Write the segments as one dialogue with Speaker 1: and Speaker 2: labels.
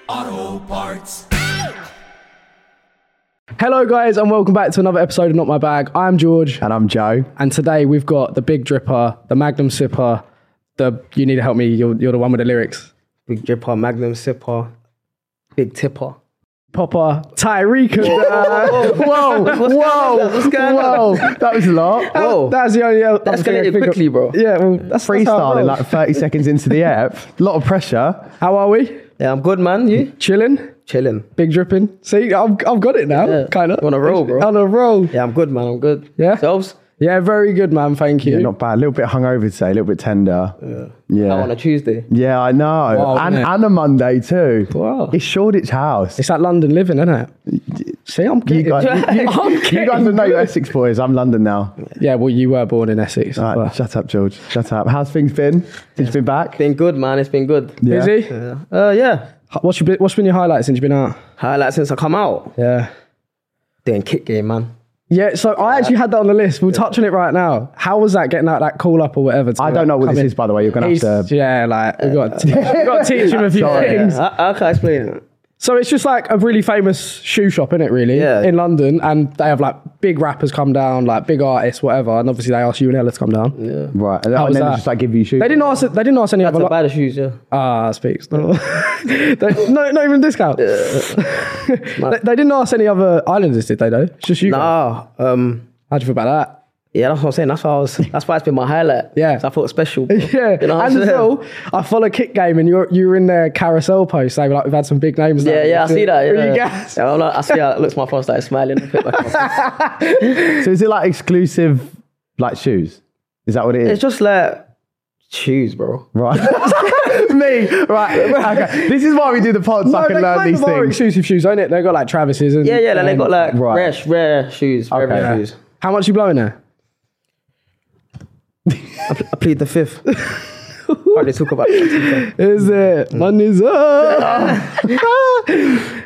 Speaker 1: O'Reilly. Auto Parts.
Speaker 2: Hello, guys, and welcome back to another episode of Not My Bag. I'm George,
Speaker 3: And I'm Joe.
Speaker 2: and today we've got the big dripper, the magnum sipper, the you need to help me. You're, you're the one with the lyrics.
Speaker 4: Big dripper, magnum sipper, big tipper.
Speaker 2: Popper Tyreek. whoa, whoa, whoa,
Speaker 4: What's going on?
Speaker 2: whoa. That was a lot.
Speaker 4: Whoa.
Speaker 2: That's the only. other thing I
Speaker 4: Escalated
Speaker 2: could think of.
Speaker 4: quickly, bro.
Speaker 2: Yeah, well, that's that's how it
Speaker 3: Freestyling
Speaker 2: rolls.
Speaker 3: like 30 seconds into the app. A Eh, lot of pressure.
Speaker 2: How are we?
Speaker 4: Yeah, I'm good, man. You
Speaker 2: Chilling,
Speaker 4: chilling?
Speaker 2: big dripping. See, I've, I've got it now,
Speaker 4: Yeah.
Speaker 2: kind of.
Speaker 4: On a roll, bro.
Speaker 2: On a roll.
Speaker 4: Yeah, I'm good, man. I'm good.
Speaker 2: Yeah?
Speaker 4: Selves?
Speaker 2: Yeah, very good, man. Thank you.
Speaker 3: Yeah, not bad. A little bit hungover today, a little bit tender.
Speaker 4: Yeah.
Speaker 3: Yeah.
Speaker 4: on a Tuesday.
Speaker 3: Yeah, I know.
Speaker 2: Wow,
Speaker 3: and,
Speaker 2: isn't it?
Speaker 3: and a Monday too.
Speaker 4: Wow.
Speaker 3: It's Shoreditch House.
Speaker 2: it's that London living, isn't it? See, I'm
Speaker 3: you,
Speaker 2: getting.
Speaker 3: guys, you, you-
Speaker 2: I'm
Speaker 3: you
Speaker 2: getting
Speaker 3: guys are no
Speaker 2: good.
Speaker 3: Essex boys. I'm London now.
Speaker 2: Yeah, well, you were born in Essex.
Speaker 3: All right,
Speaker 2: but-
Speaker 3: shut up, George. Shut up. How's things been since you've been back?
Speaker 4: Been good, man. It's been good.
Speaker 3: Yeah.
Speaker 2: Busy?
Speaker 4: Yeah. Uh, yeah.
Speaker 2: H- What's, your, bi- what's been your highlight since you've been out?
Speaker 4: Highlight since I come out.
Speaker 2: Yeah.
Speaker 4: Doing kick game, man.
Speaker 2: Yeah, so I actually had that on the list. We'll touch on it right now. How was that getting out that call up or whatever? to,
Speaker 3: I
Speaker 2: like,
Speaker 3: don't know what
Speaker 2: come
Speaker 3: this
Speaker 2: in?
Speaker 3: is, by the way. You're going
Speaker 2: He's-
Speaker 3: to have to. uh,
Speaker 2: yeah, like we got we got to teach him a few things.
Speaker 4: Yeah. How, how can I explain it?
Speaker 2: So it's just like a really famous shoe shop, is it? Really,
Speaker 4: Yeah.
Speaker 2: in London, and they have like big rappers come down, like big artists, whatever. And obviously, they asked you and Ella to come down.
Speaker 3: Right. And,
Speaker 2: was that?
Speaker 3: then they just like give you shoes.
Speaker 2: They didn't ask. They didn't ask any
Speaker 4: Had
Speaker 2: other.
Speaker 4: to
Speaker 2: Lo-
Speaker 4: buy the shoes, yeah.
Speaker 2: ah, speaks. No, They- no, not even discount. they, they didn't ask any other islanders, did they? Though it's just you. guys.
Speaker 4: Nah, um,
Speaker 2: How do you feel about that?
Speaker 4: yeah, that's what I'm saying. That's why I was. That's why it's been my highlight.
Speaker 2: Yeah.
Speaker 4: So I felt special.
Speaker 2: Yeah,
Speaker 4: You know what I'm
Speaker 2: and as
Speaker 4: saying?
Speaker 2: well, I follow Kick Game, and you're you're in their carousel post. They were like, we've had some big names.
Speaker 4: Yeah,
Speaker 2: lately."
Speaker 4: yeah, I see that.
Speaker 2: Who
Speaker 4: Yeah,
Speaker 2: you guys?
Speaker 4: Yeah, I'm like, I see how it looks. My phone started smiling. I put it back on.
Speaker 3: So is it like exclusive like shoes? Is that what it is?
Speaker 4: It's just like shoes, bro.
Speaker 3: Right. Me. Right. Okay. This is why we do the pod so I can
Speaker 2: Oh, they
Speaker 3: learn
Speaker 2: kind
Speaker 3: these
Speaker 2: of are
Speaker 3: things.
Speaker 2: exclusive shoes, ain't it? They got like Travis's and
Speaker 4: Yeah, yeah. Then they
Speaker 2: and-
Speaker 4: got like
Speaker 3: Right.
Speaker 4: rare, rare shoes, rare,
Speaker 3: Okay.
Speaker 4: rare shoes.
Speaker 2: How much you blowing there?
Speaker 4: I plead the fifth. What they talk about?
Speaker 2: Is it
Speaker 4: Mm.
Speaker 2: money's up?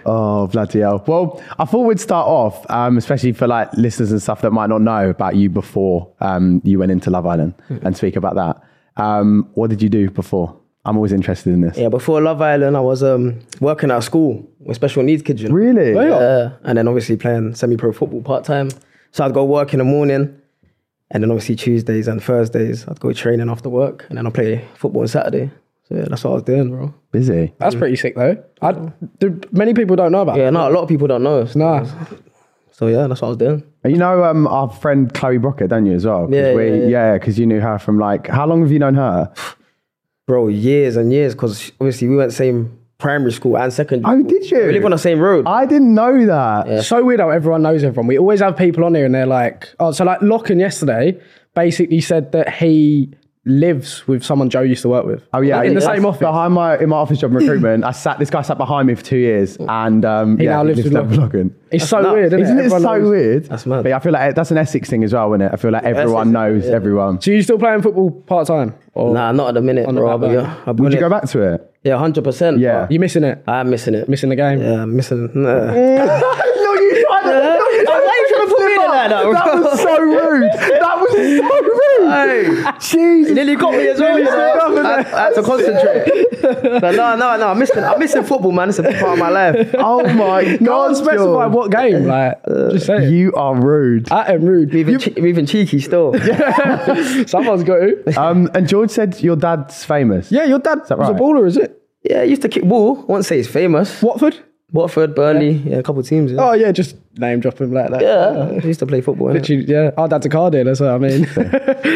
Speaker 3: Oh, bloody hell. Well, I thought we'd start off, um, especially for like listeners and stuff that might not know about you before um, you went into Love Island
Speaker 2: Hmm.
Speaker 3: and speak about that. Um, what did you do before? I'm always interested in this.
Speaker 4: Yeah, before Love Island, I was um, working at a school with special needs kids. you know?
Speaker 3: Really?
Speaker 2: Oh,
Speaker 4: Yeah, and then obviously playing semi-pro football part time. So I'd go work in the morning, and then obviously Tuesdays and Thursdays I'd go training after work, and then I would play football on Saturday. So yeah, that's what I was doing, bro.
Speaker 3: Busy.
Speaker 2: That's pretty sick though. I, do, many people don't know about.
Speaker 4: Yeah,
Speaker 2: Yeah.
Speaker 4: no, a lot of people don't know. So,
Speaker 2: Nah,
Speaker 4: so yeah, that's what I was doing.
Speaker 3: And You know um, our friend Chloe Brockett, don't you, as well? 'Cause
Speaker 4: Yeah,
Speaker 3: we-
Speaker 4: yeah, yeah.
Speaker 3: yeah, because you knew her from like, how long have you known her?
Speaker 4: bro, years and years because obviously we went same primary school and secondary.
Speaker 3: Oh,
Speaker 4: school.
Speaker 3: did you?
Speaker 4: We live on the same road.
Speaker 3: I didn't know that.
Speaker 2: so weird how everyone knows everyone. We always have people on here and they're like, oh, so like Locken yesterday basically said that he lives with someone Joe used to work with.
Speaker 3: Oh yeah,
Speaker 2: Like, in the
Speaker 3: I-
Speaker 2: same office.
Speaker 3: Behind my in my office job in recruitment, I sat. This guy sat behind me for two years, and um,
Speaker 2: He
Speaker 3: yeah,
Speaker 2: now
Speaker 3: he
Speaker 2: lives with
Speaker 3: lives
Speaker 2: Locken.
Speaker 3: Locken.
Speaker 2: It's so weird, isn't,
Speaker 3: Isn't it so
Speaker 2: Everyone knows-
Speaker 3: weird?
Speaker 4: That's mad.
Speaker 3: But yeah, I feel like that's an Essex thing as well, isn't it? I feel like everyone
Speaker 4: Essex,
Speaker 3: knows everyone.
Speaker 2: So you still playing football part time? Or
Speaker 4: nah, not at the minute,
Speaker 2: the
Speaker 4: bro.
Speaker 2: back
Speaker 4: but
Speaker 2: burner.
Speaker 4: yeah, I'll be
Speaker 3: Would you
Speaker 4: honest.
Speaker 3: go back to it?
Speaker 4: Yeah, hundred percent.
Speaker 3: Yeah.
Speaker 2: you missing
Speaker 3: Uh,
Speaker 2: it?
Speaker 4: I'm missing it.
Speaker 2: Missing the game?
Speaker 4: yeah, I'm missing. Nah.
Speaker 3: no, you tried to. No, you
Speaker 4: Why you trying to put me in like that, bro?
Speaker 3: That was so rude. That was so rude. Jesus.
Speaker 4: Nearly got me as well. You know? I, I had to concentrate. but no, no, no. I'm missing. I'm missing football, man. It's a big part of my life.
Speaker 3: Oh my
Speaker 2: Go
Speaker 3: God.
Speaker 2: on, specify
Speaker 3: George.
Speaker 2: what game. Like, just say it.
Speaker 3: Uh, You are rude.
Speaker 2: I am rude.
Speaker 4: Even, che- even cheeky still.
Speaker 2: Someone's got to.
Speaker 3: Um, and George said your dad's famous.
Speaker 2: Yeah, your dad was
Speaker 3: that
Speaker 2: a
Speaker 3: right?
Speaker 2: baller, is it?
Speaker 4: Yeah, I used to kick ball. I won't say he's famous.
Speaker 2: Watford?
Speaker 4: Watford, Burnley, yeah, a couple of teams. Yeah.
Speaker 2: Oh yeah, just name drop him like that.
Speaker 4: yeah, I used to play football. innit?
Speaker 2: Literally, yeah. Our dad's a car dealer, so I mean,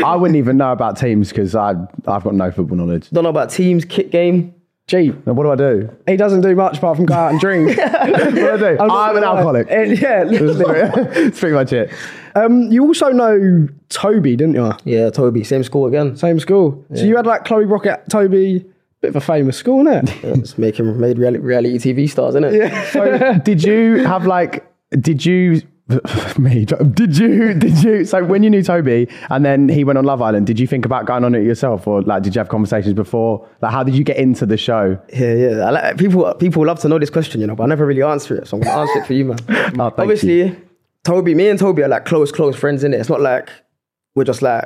Speaker 3: I wouldn't even know about teams because I I've got no football knowledge.
Speaker 4: Don't know about teams, kick game.
Speaker 2: gee,
Speaker 3: Now, what do I do?
Speaker 2: he doesn't do much apart from go out and drink.
Speaker 3: What do I do? I'm, an alcoholic.
Speaker 2: Eh, yeah, literally.
Speaker 3: That's pretty much it.
Speaker 2: um, you also know Toby, didn't you?
Speaker 4: Yeah, Toby, same school again.
Speaker 2: Same school. So you had like Chloe Brockett, Toby, bit bit of a famous school, isn't it?
Speaker 4: It's making made reality, reality TV stars, isn't it? Yeah.
Speaker 3: So did you have like did you me did you did you so when you knew Toby and then he went on Love Island did you think about going on it yourself or like did you have conversations before like how did you get into the show
Speaker 4: Yeah, yeah. I like, people people love to know this question, you know, but I never really answer it, so I'm gonna answer it for you, man.
Speaker 3: Oh, thank
Speaker 4: Obviously, Toby, me and Toby are like close, close friends in it. It's not like we're just like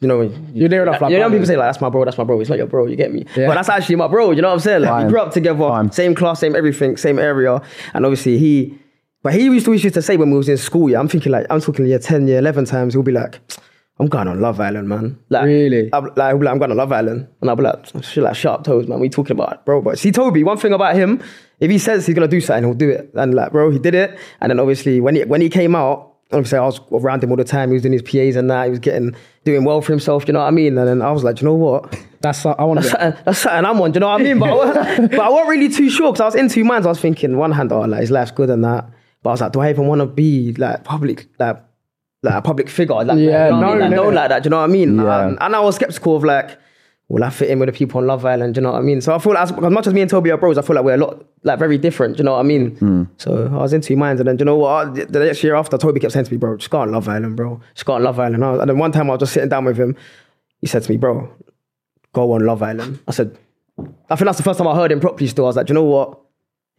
Speaker 4: you know. You,
Speaker 2: You're near enough. Like
Speaker 4: you know,
Speaker 2: brothers.
Speaker 4: people say like that's my bro, that's my bro. He's not your bro, you get me?
Speaker 2: Yeah.
Speaker 4: But that's actually my bro. You know what I'm saying? Like
Speaker 3: Fine.
Speaker 4: we grew up together,
Speaker 3: Fine.
Speaker 4: same class, same everything, same area, and obviously he. But he used to always used to say when we was in school, yeah, I'm thinking like I'm talking year ten, year eleven times. He'll be like, I'm going on Love Island, man. Like
Speaker 2: Really?
Speaker 4: I'm like, I'll be like, I'm going to Love Island. And I'll be like, shit, like, sharp toes, man. What you talking about, bro? But see, Toby, one thing about him, if he says he's going to do something, he'll do it. And like, bro, he did it. And then obviously, when he, when he came out, obviously, I was around him all the time. He was doing his PAs and that. He was getting, doing well for himself, you know what I mean? And then I was like, "Do you know what?
Speaker 2: That's I want to.
Speaker 4: something- that's something I'm on. Do you know what I mean? But I, wa- but I wasn't really too sure because I was in two minds. I was thinking, one hand, oh, like his life's good and that. But I was like, do I even want to be like public, like like a public figure? Like,
Speaker 2: Yeah,
Speaker 4: you know what I
Speaker 2: no,
Speaker 4: mean? like,
Speaker 2: no.
Speaker 4: no, like that. Do you know what I mean?
Speaker 3: Yeah.
Speaker 4: Um, and I was skeptical of like, will I fit in with the people on Love Island? Do you know what I mean? So I feel like as, as much as me and Toby are bros, I feel like we're a lot like very different. Do you know what I mean? So I was in two minds, and then do you know what? I- the- the next year after, Toby kept saying to me, "Bro, just go on Love Island, bro. Just go on Love Island." I was- and then one time I was just sitting down with him. He said to me, "Bro, go on Love Island." I said, I think that's the first time I heard him properly. Still, I was like, "Do you know what?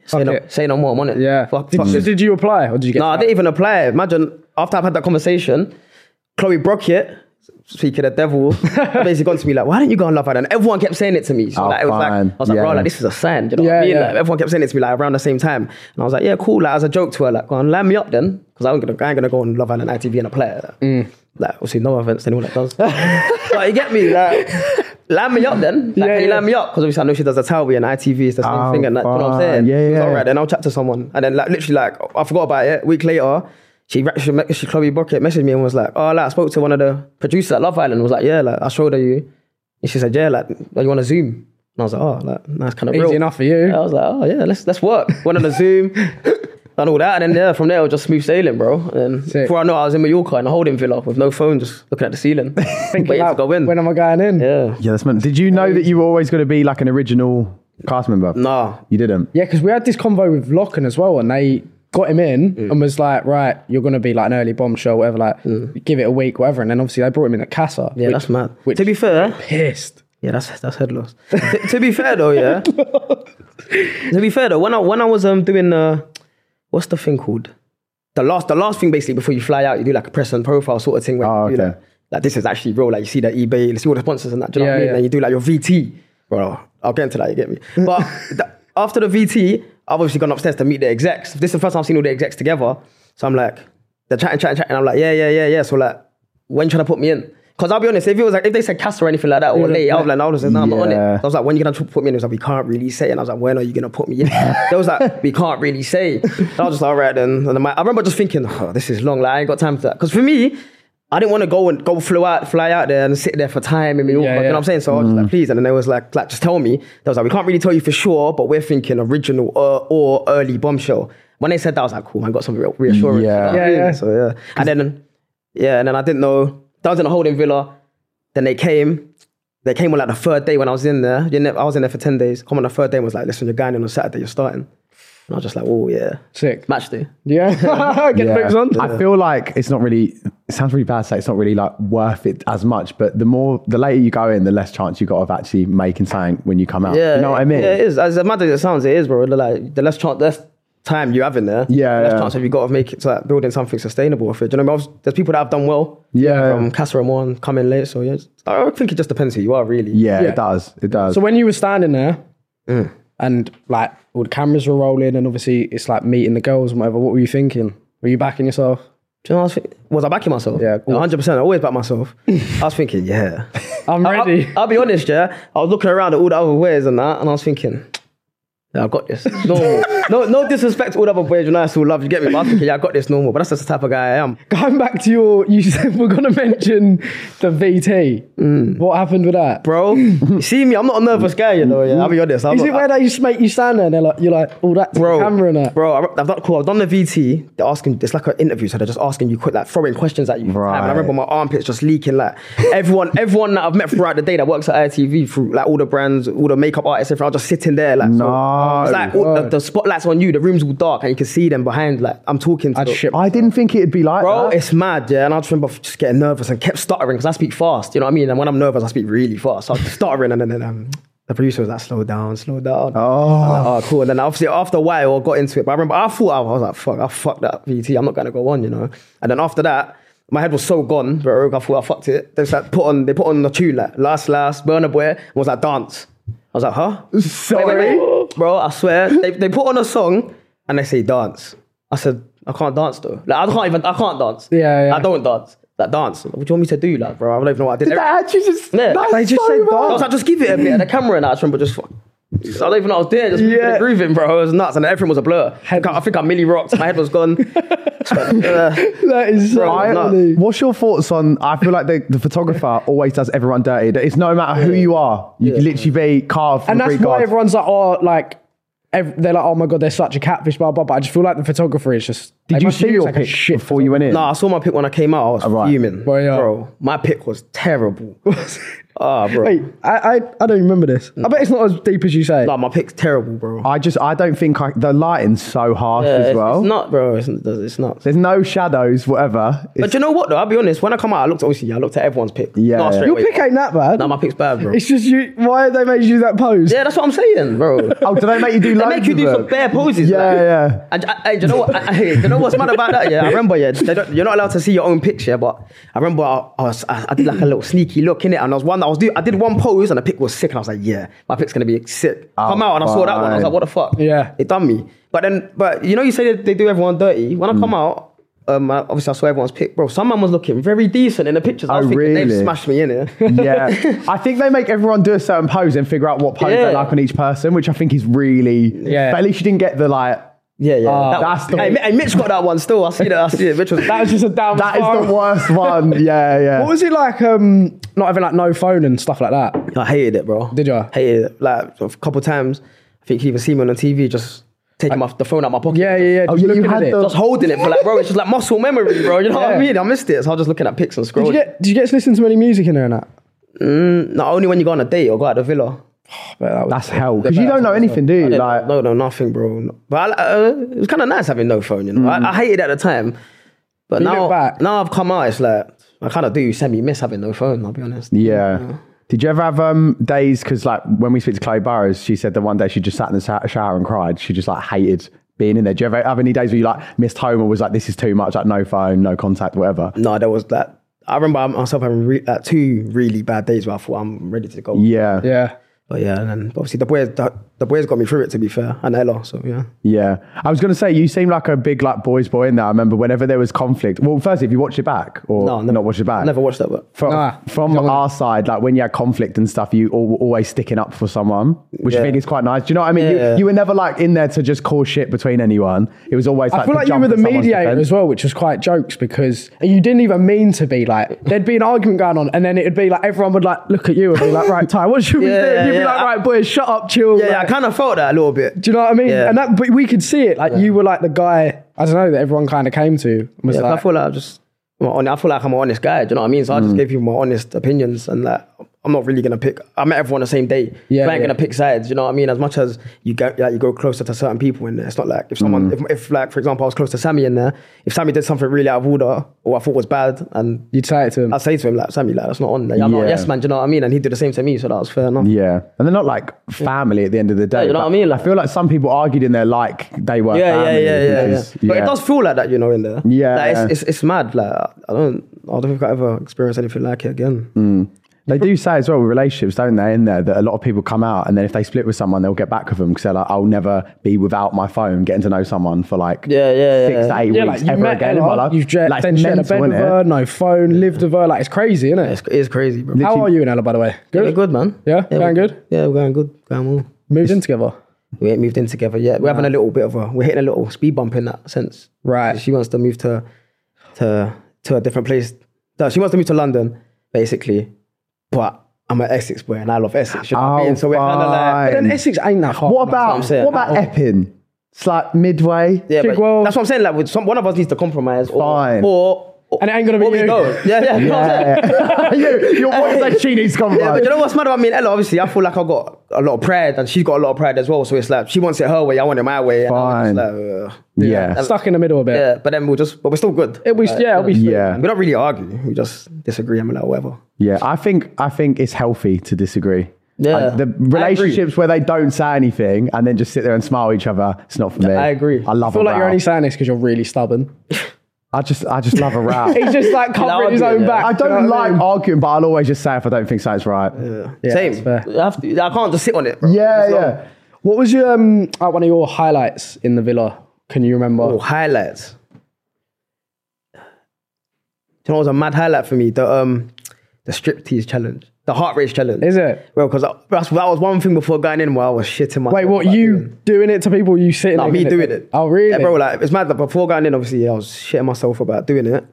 Speaker 4: Say,
Speaker 2: Fuck
Speaker 4: no,
Speaker 2: it."
Speaker 4: say no more. I'm on it.
Speaker 2: Yeah.
Speaker 4: Fuck,
Speaker 2: did,
Speaker 4: fuck
Speaker 2: did,
Speaker 4: this.
Speaker 2: did you apply or did you get?
Speaker 4: No, I didn't even apply. Imagine after I've had that conversation, Chloe Brockett, speaking of the devil, basically gone to me like, why didn't you go on Love Island? Everyone kept saying it to me. So
Speaker 3: Oh,
Speaker 4: like, it was like,
Speaker 3: fine.
Speaker 4: I was like,
Speaker 3: Yeah.
Speaker 4: bro, like, this is a sign. Do you know what I
Speaker 2: Yeah,
Speaker 4: mean?
Speaker 2: yeah.
Speaker 4: Like, everyone kept saying it to me like around the same time. And I was like, yeah, cool. Like, as a joke to her, like, go on, line me up then. Because I ain't going to I ain't gonna go on Love Island ITV and apply. Like,
Speaker 2: Mm.
Speaker 4: like obviously, no offense to anyone that does. but you get me? Like, line me up then. Like,
Speaker 2: Yeah,
Speaker 4: can you
Speaker 2: yeah.
Speaker 4: line me up? Because obviously, I know she does the Towie and ITV is the same
Speaker 3: Oh,
Speaker 4: thing. And that, you know what I'm
Speaker 3: fine.
Speaker 4: saying?
Speaker 3: Yeah,
Speaker 4: She was
Speaker 3: yeah.
Speaker 4: All right, then I'll chat to someone. And then like literally like I forgot about it. week later, she she, me- she Chloe Bucket messaged me and was like, Oh like, I spoke to one of the producers at Love Island was like, Yeah, like I showed her you. And she said, Yeah, like you want to zoom? And I was like, Oh, like that's kind of
Speaker 2: Easy
Speaker 4: real.
Speaker 2: enough for you.
Speaker 4: I was like, Oh yeah, let's let's work. Went on a zoom and all that. And then yeah, from there it was just smooth sailing, bro. And then
Speaker 2: Sick.
Speaker 4: before I know it, I was in Mallorca in a holding villa with no phone, just looking at the ceiling. Waiting to
Speaker 2: Like,
Speaker 4: go in.
Speaker 2: When am I going in?
Speaker 4: yeah.
Speaker 3: yeah that's meant did you know that you were always going to be like an original cast member
Speaker 4: Nah.
Speaker 3: you didn't
Speaker 2: Yeah, because we had this convo with Locken as well, and they got him in
Speaker 4: Mm.
Speaker 2: and was like, right, you're going to be like an early bombshell, whatever, like, give it a week, whatever. And then obviously they brought him in at Casa.
Speaker 4: Mm. Yeah,
Speaker 2: which-
Speaker 4: that's mad.
Speaker 2: which-
Speaker 4: to be fair,
Speaker 2: Pissed.
Speaker 4: Yeah, that's that's headless. to, to be fair though, yeah. to be fair though, when I when I was um doing uh what's the thing called? The last the last thing basically before you fly out, you do like a press and profile sort of thing where
Speaker 3: Oh,
Speaker 4: you do
Speaker 3: okay.
Speaker 4: like, like this is actually real, like you see the eBay, you see all the sponsors and that, do you know
Speaker 2: Yeah,
Speaker 4: what I mean?
Speaker 2: yeah.
Speaker 4: And you do like your VT. Bro, I'll get into that, you get me. But the, after the VT, I've obviously gone upstairs to meet the execs. This is the first time I've seen all the execs together. So I'm like, they're chatting, chatting, chatting. I'm like, yeah, yeah, yeah, yeah. So like, when you trying to put me in? Because I'll be honest, if it was like if they said cast or anything like that or late, I was like, no, I was like, no, I'm not on it.
Speaker 3: Yeah.
Speaker 4: So I was like, when you gonna tr- put me in? It was like, we can't really say. And I was like, when are you gonna put me in? they was like, we can't really say. And I was just like, all right then. And then my, I remember just thinking, oh, this is long. Like I ain't got time for that. Because for me, I didn't want to go and go flew out, fly out there and sit there for time in Mallorca.
Speaker 2: Yeah,
Speaker 4: You
Speaker 2: yeah.
Speaker 4: know what I'm saying? So I was just like, please. And then they was like, like, just tell me. They was like, we can't really tell you for sure, but we're thinking original uh, or early bombshell. When they said that, I was like, cool, I got some real reassurance. You know
Speaker 3: Yeah.
Speaker 4: what I
Speaker 2: Yeah,
Speaker 4: mean?
Speaker 2: yeah.
Speaker 4: So yeah. And then yeah, and then I didn't know. That was in a holding villa. Then they came. They came on like the third day when I was in there. You know, I was in there for 10 days. Come on the third day and was like, listen, you're going in on Saturday, you're starting. And I was just like, oh yeah.
Speaker 2: Sick.
Speaker 4: Match day.
Speaker 2: Yeah. get the moves on.
Speaker 3: I feel like it's not really. It sounds really bad to say it's not really like worth it as much. But the more, the later you go in, the less chance you got of actually making something when you come out.
Speaker 4: Yeah.
Speaker 3: you know what I mean?
Speaker 4: Yeah, it is. As mad as it sounds, it is, bro. Like the less chance the less time you have in there.
Speaker 3: Yeah,
Speaker 4: The less
Speaker 3: yeah.
Speaker 4: chance have you got of making so like, building something sustainable with it. Do you know what I mean? Obviously, There's people that have done well.
Speaker 3: Yeah.
Speaker 4: From Casper and coming late. So yeah. I think it just depends who you are, really.
Speaker 3: Yeah,
Speaker 2: Yeah.
Speaker 3: it does. It does.
Speaker 2: So when you were standing there and like all the cameras were rolling and obviously it's like meeting the girls and whatever, what were you thinking? Were you backing yourself?
Speaker 4: Do you know what I was thinking? Was I backing myself?
Speaker 2: Yeah, of course.
Speaker 4: 100%. I always back myself. I was thinking, yeah.
Speaker 2: I'm
Speaker 4: I-
Speaker 2: ready.
Speaker 4: I'll, I'll be honest, yeah. I was looking around at all the other wares and that, and I was thinking, Yeah, I got this. Normal. no, no disrespect to all the other boys, you know, I still love, you get me? But I'm thinking, yeah, I got this normal. But that's just the type of guy I am.
Speaker 2: Going back to your, you said we're going to mention the VT. What happened with that?
Speaker 4: Bro, you see me, I'm not a nervous guy, you know, yeah. I'll be honest. I'm
Speaker 2: Is
Speaker 4: not,
Speaker 2: it where they just make you stand there and they're like, you're like, oh, that's
Speaker 4: bro,
Speaker 2: the camera and that?
Speaker 4: Bro, I- I've done cool. I've done the VT. They're asking. It's like an interview, so they're just asking you quick, like throwing questions at you.
Speaker 3: Right.
Speaker 4: And I remember my armpits just leaking. Like everyone, everyone that I've met throughout the day that works at ITV through like all the brands, all the makeup artists, everything. I was just sitting there, like
Speaker 3: No.
Speaker 4: So, it's like all the, the spotlights on you. The room's all dark, and you can see them behind. Like I'm talking to
Speaker 2: I'd
Speaker 4: the-
Speaker 2: shit
Speaker 3: I didn't think it'd be like
Speaker 4: Bro,
Speaker 3: that.
Speaker 4: it's mad, yeah. And I just remember just getting nervous and kept stuttering because I speak fast, you know what I mean? And when I'm nervous, I speak really fast. So I was stuttering, and then, then um, the producer was like, slow down, slow down. I
Speaker 3: Oh.
Speaker 4: was like, oh, cool. And then obviously, after a while, I got into it. But I remember I thought, I was like, fuck, I fucked that VT. I'm not going to go on, you know? And then after that, my head was so gone, bro. I thought I fucked it. They was like, put on, they put on the tune, like, last, last, burner boy, and was like, dance. I was like, huh? Wait, wait,
Speaker 3: Sorry.
Speaker 4: wait. Bro, I swear. They, they put on a song and they say dance. I said, I can't dance though. Like, I can't even, I can't dance.
Speaker 2: Yeah, yeah.
Speaker 4: I don't dance. Like, dance. What do you want me to do, like, bro? I don't even know what I did.
Speaker 3: That actually just,
Speaker 4: Yeah.
Speaker 3: that's
Speaker 4: They
Speaker 2: just
Speaker 3: so
Speaker 2: said
Speaker 3: mad.
Speaker 4: I was like, just give it a bit of the camera and I just remember just fuck. I don't even know I was there, just
Speaker 3: Yeah.
Speaker 4: yeah. grooving, bro. It was nuts, and everything was a blur. I think I milli rocked, my head was gone. Uh,
Speaker 2: that is so
Speaker 4: Bro,
Speaker 3: I-
Speaker 4: no.
Speaker 2: funny.
Speaker 3: what's your thoughts on? I feel like the, the photographer always does everyone dirty. That It's no matter who you are, you can literally be carved from
Speaker 2: And that's
Speaker 3: Greek
Speaker 2: why
Speaker 3: gods.
Speaker 2: everyone's like, oh, like, ev- they're like, oh my god, they're such a catfish, blah blah. But I just feel like the photographer is just.
Speaker 3: Did
Speaker 2: they
Speaker 3: you
Speaker 2: must
Speaker 3: see
Speaker 2: use,
Speaker 3: your
Speaker 2: like, a
Speaker 3: pic
Speaker 2: shit
Speaker 3: before you went in?
Speaker 4: Nah, I saw my pick when I came out. I was
Speaker 3: right.
Speaker 4: fuming,
Speaker 2: Bro, yeah.
Speaker 4: bro. My pick was terrible. Ah, bro.
Speaker 2: Wait, I, I I don't remember this. I bet it's not as deep as you say.
Speaker 4: Nah, my pick's terrible, bro.
Speaker 3: I just I don't think I, the lighting's so harsh
Speaker 4: Yeah,
Speaker 3: as
Speaker 4: it's,
Speaker 3: well.
Speaker 4: it's not, bro. It's, it's not.
Speaker 3: There's no shadows, whatever. It's,
Speaker 4: But you know what though? I'll be honest. When I come out, I looked obviously. I looked at everyone's pick.
Speaker 3: Yeah,
Speaker 4: Not
Speaker 3: yeah.
Speaker 4: straight
Speaker 2: Your
Speaker 4: away.
Speaker 2: pick ain't that bad.
Speaker 4: Nah, my pick's bad, bro.
Speaker 2: it's just you. Why they made you do that pose?
Speaker 4: yeah, that's what I'm saying, bro.
Speaker 3: oh, do they make you do?
Speaker 4: They
Speaker 3: loads
Speaker 4: make you
Speaker 3: of
Speaker 4: do
Speaker 3: them?
Speaker 4: some bare poses.
Speaker 3: Yeah,
Speaker 4: like.
Speaker 3: yeah.
Speaker 4: And I, I, do you know what? I, I, do you know what's mad about that? Yeah, I remember. Yeah, they don't, you're not allowed to see your own picture, but I remember I, I was I, I did like a little sneaky look in it, and I was one. I was do I did one pose, and the pick was sick, and I was like, yeah, my pick's gonna be sick. come out, and I saw that one. I was
Speaker 3: Oh, fine.
Speaker 4: like, what the fuck?
Speaker 2: Yeah.
Speaker 4: it done me. But then, but you know, you say that they do everyone dirty.
Speaker 3: Mm.
Speaker 4: When I come out. Um, I- obviously, I saw everyone's pick, bro. Someone was looking very decent in the pictures. I was
Speaker 3: Oh,
Speaker 4: thinking
Speaker 3: really?
Speaker 4: they've smashed me in it.
Speaker 3: yeah, I think they make everyone do a certain pose and figure out what pose they
Speaker 4: Yeah.
Speaker 3: like on each person, which I think is really.
Speaker 2: Yeah.
Speaker 3: But at least you didn't get the like.
Speaker 4: yeah, yeah.
Speaker 3: Oh,
Speaker 4: that one-
Speaker 3: that's the-
Speaker 4: hey, Mi- hey, Mitch got that one still. I see that. I see it. Mitch was
Speaker 2: That was just a down.
Speaker 3: That is
Speaker 2: spiral.
Speaker 3: the worst one. Yeah, yeah.
Speaker 2: What was it like? Um, not having like no phone and stuff like that.
Speaker 4: I hated it, bro.
Speaker 2: Did ya?
Speaker 4: Hated it. Like a couple times. I think you even see me on the TV just taking my the phone out my pocket.
Speaker 2: Yeah, yeah, yeah.
Speaker 3: Oh,
Speaker 2: just
Speaker 3: yeah, you
Speaker 2: looking
Speaker 3: had
Speaker 2: at it.
Speaker 3: the-
Speaker 4: Just holding it for like, bro, it's just like muscle memory, bro. You know what
Speaker 2: Yeah.
Speaker 4: I mean? I missed it. So I was just looking at pics and
Speaker 2: Did
Speaker 4: scrolling.
Speaker 2: you get? Did you get to listen to any music in there and that?
Speaker 4: Not only when you go on a date or go out the villa.
Speaker 2: I bet that was-
Speaker 3: That's hell because you don't know anything, do you?
Speaker 4: Yeah,
Speaker 3: Like,
Speaker 4: no, no, nothing, bro. But I, uh, it was kind of nice having no phone, you know. I, I hated it at the time, but
Speaker 2: Mm. You
Speaker 4: now,
Speaker 2: look back.
Speaker 4: now I've come out. It's like I kind of do semi miss having no phone. I'll be honest.
Speaker 3: Yeah. Did you ever have um, days? Because like when we speak to Chloe Burrows, she said that one day she just sat in the sho- shower and cried. She just like hated being in there. Do you ever have any days where you like missed home or was like this is too much? Like no phone, no contact, whatever.
Speaker 4: No, there was that. I remember myself having re- like two really bad days where I thought I'm ready to go.
Speaker 3: Yeah.
Speaker 2: yeah.
Speaker 4: But yeah, and then obviously the boys, the, the boys got me through it to be fair, and Ella. So yeah,
Speaker 3: Yeah. I was gonna say you seem like a big like boys boy in there. I remember whenever there was conflict. Well, first if you watch it back or
Speaker 4: No, I never-
Speaker 3: not watch it back.
Speaker 4: I never watched that. But
Speaker 3: From,
Speaker 2: Nah.
Speaker 3: from our side, like when you had conflict and stuff, you all, always sticking up for someone, which I
Speaker 4: Yeah.
Speaker 3: think is quite nice. Do you know what I mean? You,
Speaker 4: Yeah.
Speaker 3: you were never like in there to just cause shit between anyone. It was always. Like,
Speaker 2: I feel
Speaker 3: to
Speaker 2: like you
Speaker 3: jump
Speaker 2: were the
Speaker 3: at someone's
Speaker 2: mediator
Speaker 3: defense.
Speaker 2: as well, which was quite jokes because and you didn't even mean to be like. There'd be an argument going on, and then it'd be like everyone would like look at you and be like, "Right, Ty, what should we do?"
Speaker 4: Yeah,
Speaker 2: And you'd be
Speaker 4: yeah,
Speaker 2: like,
Speaker 4: I-
Speaker 2: "Right, boys, shut up, chill."
Speaker 4: yeah, yeah, I
Speaker 2: like,
Speaker 4: kind of felt that a little bit.
Speaker 2: Do you know what I mean?
Speaker 4: Yeah.
Speaker 2: And that, but we could see it. Like you were like the guy. I don't know that everyone kind of came to. and Was
Speaker 4: Yeah, 'cause
Speaker 2: like,
Speaker 4: I feel like I just, I'm hon- I feel like I'm an honest guy. Do you know what I mean? So I
Speaker 3: Mm.
Speaker 4: just gave you my honest opinions, and like, I'm not really gonna pick. I met everyone the same day.
Speaker 2: Yeah,
Speaker 4: so I ain't
Speaker 2: yeah.
Speaker 4: gonna pick sides. Do you know what I mean? As much as you go, like, you go closer to certain people in there. It's not like if someone,
Speaker 3: Mm.
Speaker 4: if, if like for example, I was close to Sammy in there. If Sammy did something really out of order or I thought was bad, and
Speaker 2: you'd say it to him.
Speaker 4: I say to him like, Sammy, like that's not on. Like, I'm not
Speaker 3: Yeah.
Speaker 4: a yes man. Do you know what I mean? And he did the same to me, so that was fair enough.
Speaker 3: Yeah, and they're not like family at the end of the day.
Speaker 4: you know what
Speaker 3: but
Speaker 4: I mean?
Speaker 3: I feel like some people argued in there like they were.
Speaker 4: yeah, yeah,
Speaker 3: family,
Speaker 4: yeah, yeah,
Speaker 3: which
Speaker 4: yeah.
Speaker 3: is-
Speaker 4: But
Speaker 3: yeah.
Speaker 4: it does feel like that, you know, in there.
Speaker 3: Yeah,
Speaker 4: like,
Speaker 3: yeah.
Speaker 4: It's, it's it's mad. Like I don't, I don't think I ever experienced anything like it again.
Speaker 3: They do say as well with relationships, don't they? In there, that a lot of people come out and then if they split with someone, they'll get back with them because they're like, "I'll never be without my phone, getting to know someone for like
Speaker 4: Yeah, yeah,
Speaker 3: six
Speaker 4: yeah.
Speaker 3: to eight
Speaker 2: Yeah,
Speaker 3: weeks
Speaker 2: like you
Speaker 3: ever
Speaker 2: met
Speaker 3: again
Speaker 2: her,
Speaker 3: in my life."
Speaker 2: you've jet,
Speaker 3: Like,
Speaker 2: then
Speaker 3: it's
Speaker 2: shared a bed
Speaker 3: mental,
Speaker 2: with
Speaker 3: innit?
Speaker 2: her, no phone, lived with her. Like it's crazy, isn't it?
Speaker 4: It's, it's crazy, bro.
Speaker 2: How are you and Ella, by the way?
Speaker 4: Yeah, we're good, man.
Speaker 2: Yeah? Going
Speaker 4: we're-
Speaker 2: good?
Speaker 4: Yeah, we're going good. Going well.
Speaker 2: Moved in together.
Speaker 4: We ain't moved in together yet. We're having a little bit of a we're hitting a little speed bump in that sense.
Speaker 2: Right.
Speaker 4: She wants to move to to to a different place. No, she wants to move to London, basically. But I'm an Essex boy and I love Essex. You know what I
Speaker 3: Oh,
Speaker 4: mean? So we're kind of like
Speaker 3: fine.
Speaker 2: Then Essex ain't that hard.
Speaker 3: What
Speaker 2: man.
Speaker 3: about
Speaker 4: I'm
Speaker 3: what,
Speaker 4: saying.
Speaker 3: about Epping? It's like midway.
Speaker 4: yeah, but
Speaker 2: Chigwell.
Speaker 4: that's what I'm saying. Like, with some, one of us needs to compromise, or,
Speaker 3: Fine.
Speaker 4: or, or
Speaker 2: And it ain't gonna be
Speaker 4: or we
Speaker 2: you.
Speaker 4: go. Yeah, yeah. you know what I'm saying?
Speaker 3: you, your voice like Chini's gone
Speaker 4: Yeah,
Speaker 3: right.
Speaker 4: but you know what's mad about me and Ella? Obviously, I feel like I got a lot of pride, and she's got a lot of pride as well. So it's like she wants it her way, I want it my way. And I'm just like, ugh.
Speaker 3: Yeah.
Speaker 2: Stuck in the middle a bit.
Speaker 4: yeah, but then we'll just, but we're still good.
Speaker 2: It was, yeah, it'll be sweet,
Speaker 3: Yeah.
Speaker 2: man.
Speaker 4: We don't really argue. We just disagree and we're like, whatever.
Speaker 3: Yeah, I think I think it's healthy to disagree.
Speaker 4: Yeah.
Speaker 3: Like, the
Speaker 4: I agree.
Speaker 3: relationships where they don't say anything and then just sit there and smile at each other, it's not for me.
Speaker 4: I agree.
Speaker 3: I love
Speaker 2: I feel
Speaker 3: a
Speaker 2: like you're
Speaker 3: row.
Speaker 2: only saying this because you're really stubborn.
Speaker 3: I just I just love a row.
Speaker 2: He's just like covering his own
Speaker 4: arguing, yeah.
Speaker 2: back.
Speaker 3: I
Speaker 2: do you know
Speaker 3: don't
Speaker 2: what I
Speaker 3: like
Speaker 2: mean?
Speaker 3: arguing, but I'll always just say if I don't think something's right. Yeah,
Speaker 4: Same.
Speaker 2: that's fair.
Speaker 4: I, have to, I can't just sit on it. Bro.
Speaker 3: yeah.
Speaker 4: It's not-
Speaker 2: What was your um, like one of your highlights in the villa? Can you remember?
Speaker 4: Oh, highlights. Do you know what was a mad highlight for me? The um, the striptease challenge, the heart race challenge.
Speaker 2: Is it?
Speaker 4: Well, because that was one thing before going in where I was shitting my.
Speaker 2: Wait, what you doing it to people? You sitting?
Speaker 4: Not
Speaker 2: there
Speaker 4: me
Speaker 2: giving
Speaker 4: doing it.
Speaker 2: Oh really?
Speaker 4: Yeah, bro, like it's mad that before going in, obviously, I was shitting myself about doing it.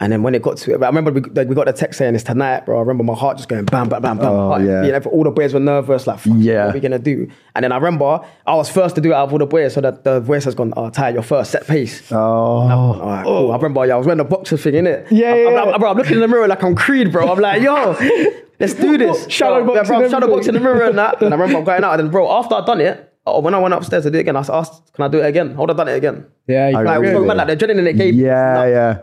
Speaker 4: And then when it got to it, but I remember we, like, we got the text saying it's tonight, bro. I remember my heart just going bam, bam, bam, bam.
Speaker 3: Oh,
Speaker 4: Heart-
Speaker 3: yeah.
Speaker 4: You know, all the boys were nervous, like, fuck,
Speaker 3: Yeah.
Speaker 4: what are we gonna do? And then I remember I was first to do it out of all the boys, so that the voice has gone, oh, Ty, you're first, set pace.
Speaker 3: Oh,
Speaker 4: All right, cool. I remember yeah, I was wearing the boxer thing, innit?
Speaker 2: Yeah,
Speaker 4: I'm,
Speaker 2: yeah,
Speaker 4: I'm, like-
Speaker 2: yeah.
Speaker 4: bro, I'm looking in the mirror like I'm Creed, bro. I'm like, yo, let's do this.
Speaker 2: Shadow
Speaker 4: Bro,
Speaker 2: boxing
Speaker 4: yeah, bro, I'm shadow
Speaker 2: everything.
Speaker 4: boxing in the mirror and that. And I remember I'm going out. And bro, after I'd done it, oh, when I went upstairs to do it again, I was asked, can I do it again? I would have done it again.
Speaker 2: yeah, you
Speaker 3: I
Speaker 4: Like,
Speaker 2: feel
Speaker 4: we
Speaker 2: good.
Speaker 4: talking about
Speaker 3: Really?
Speaker 4: like the adrenaline it gave. me.
Speaker 3: yeah, yeah.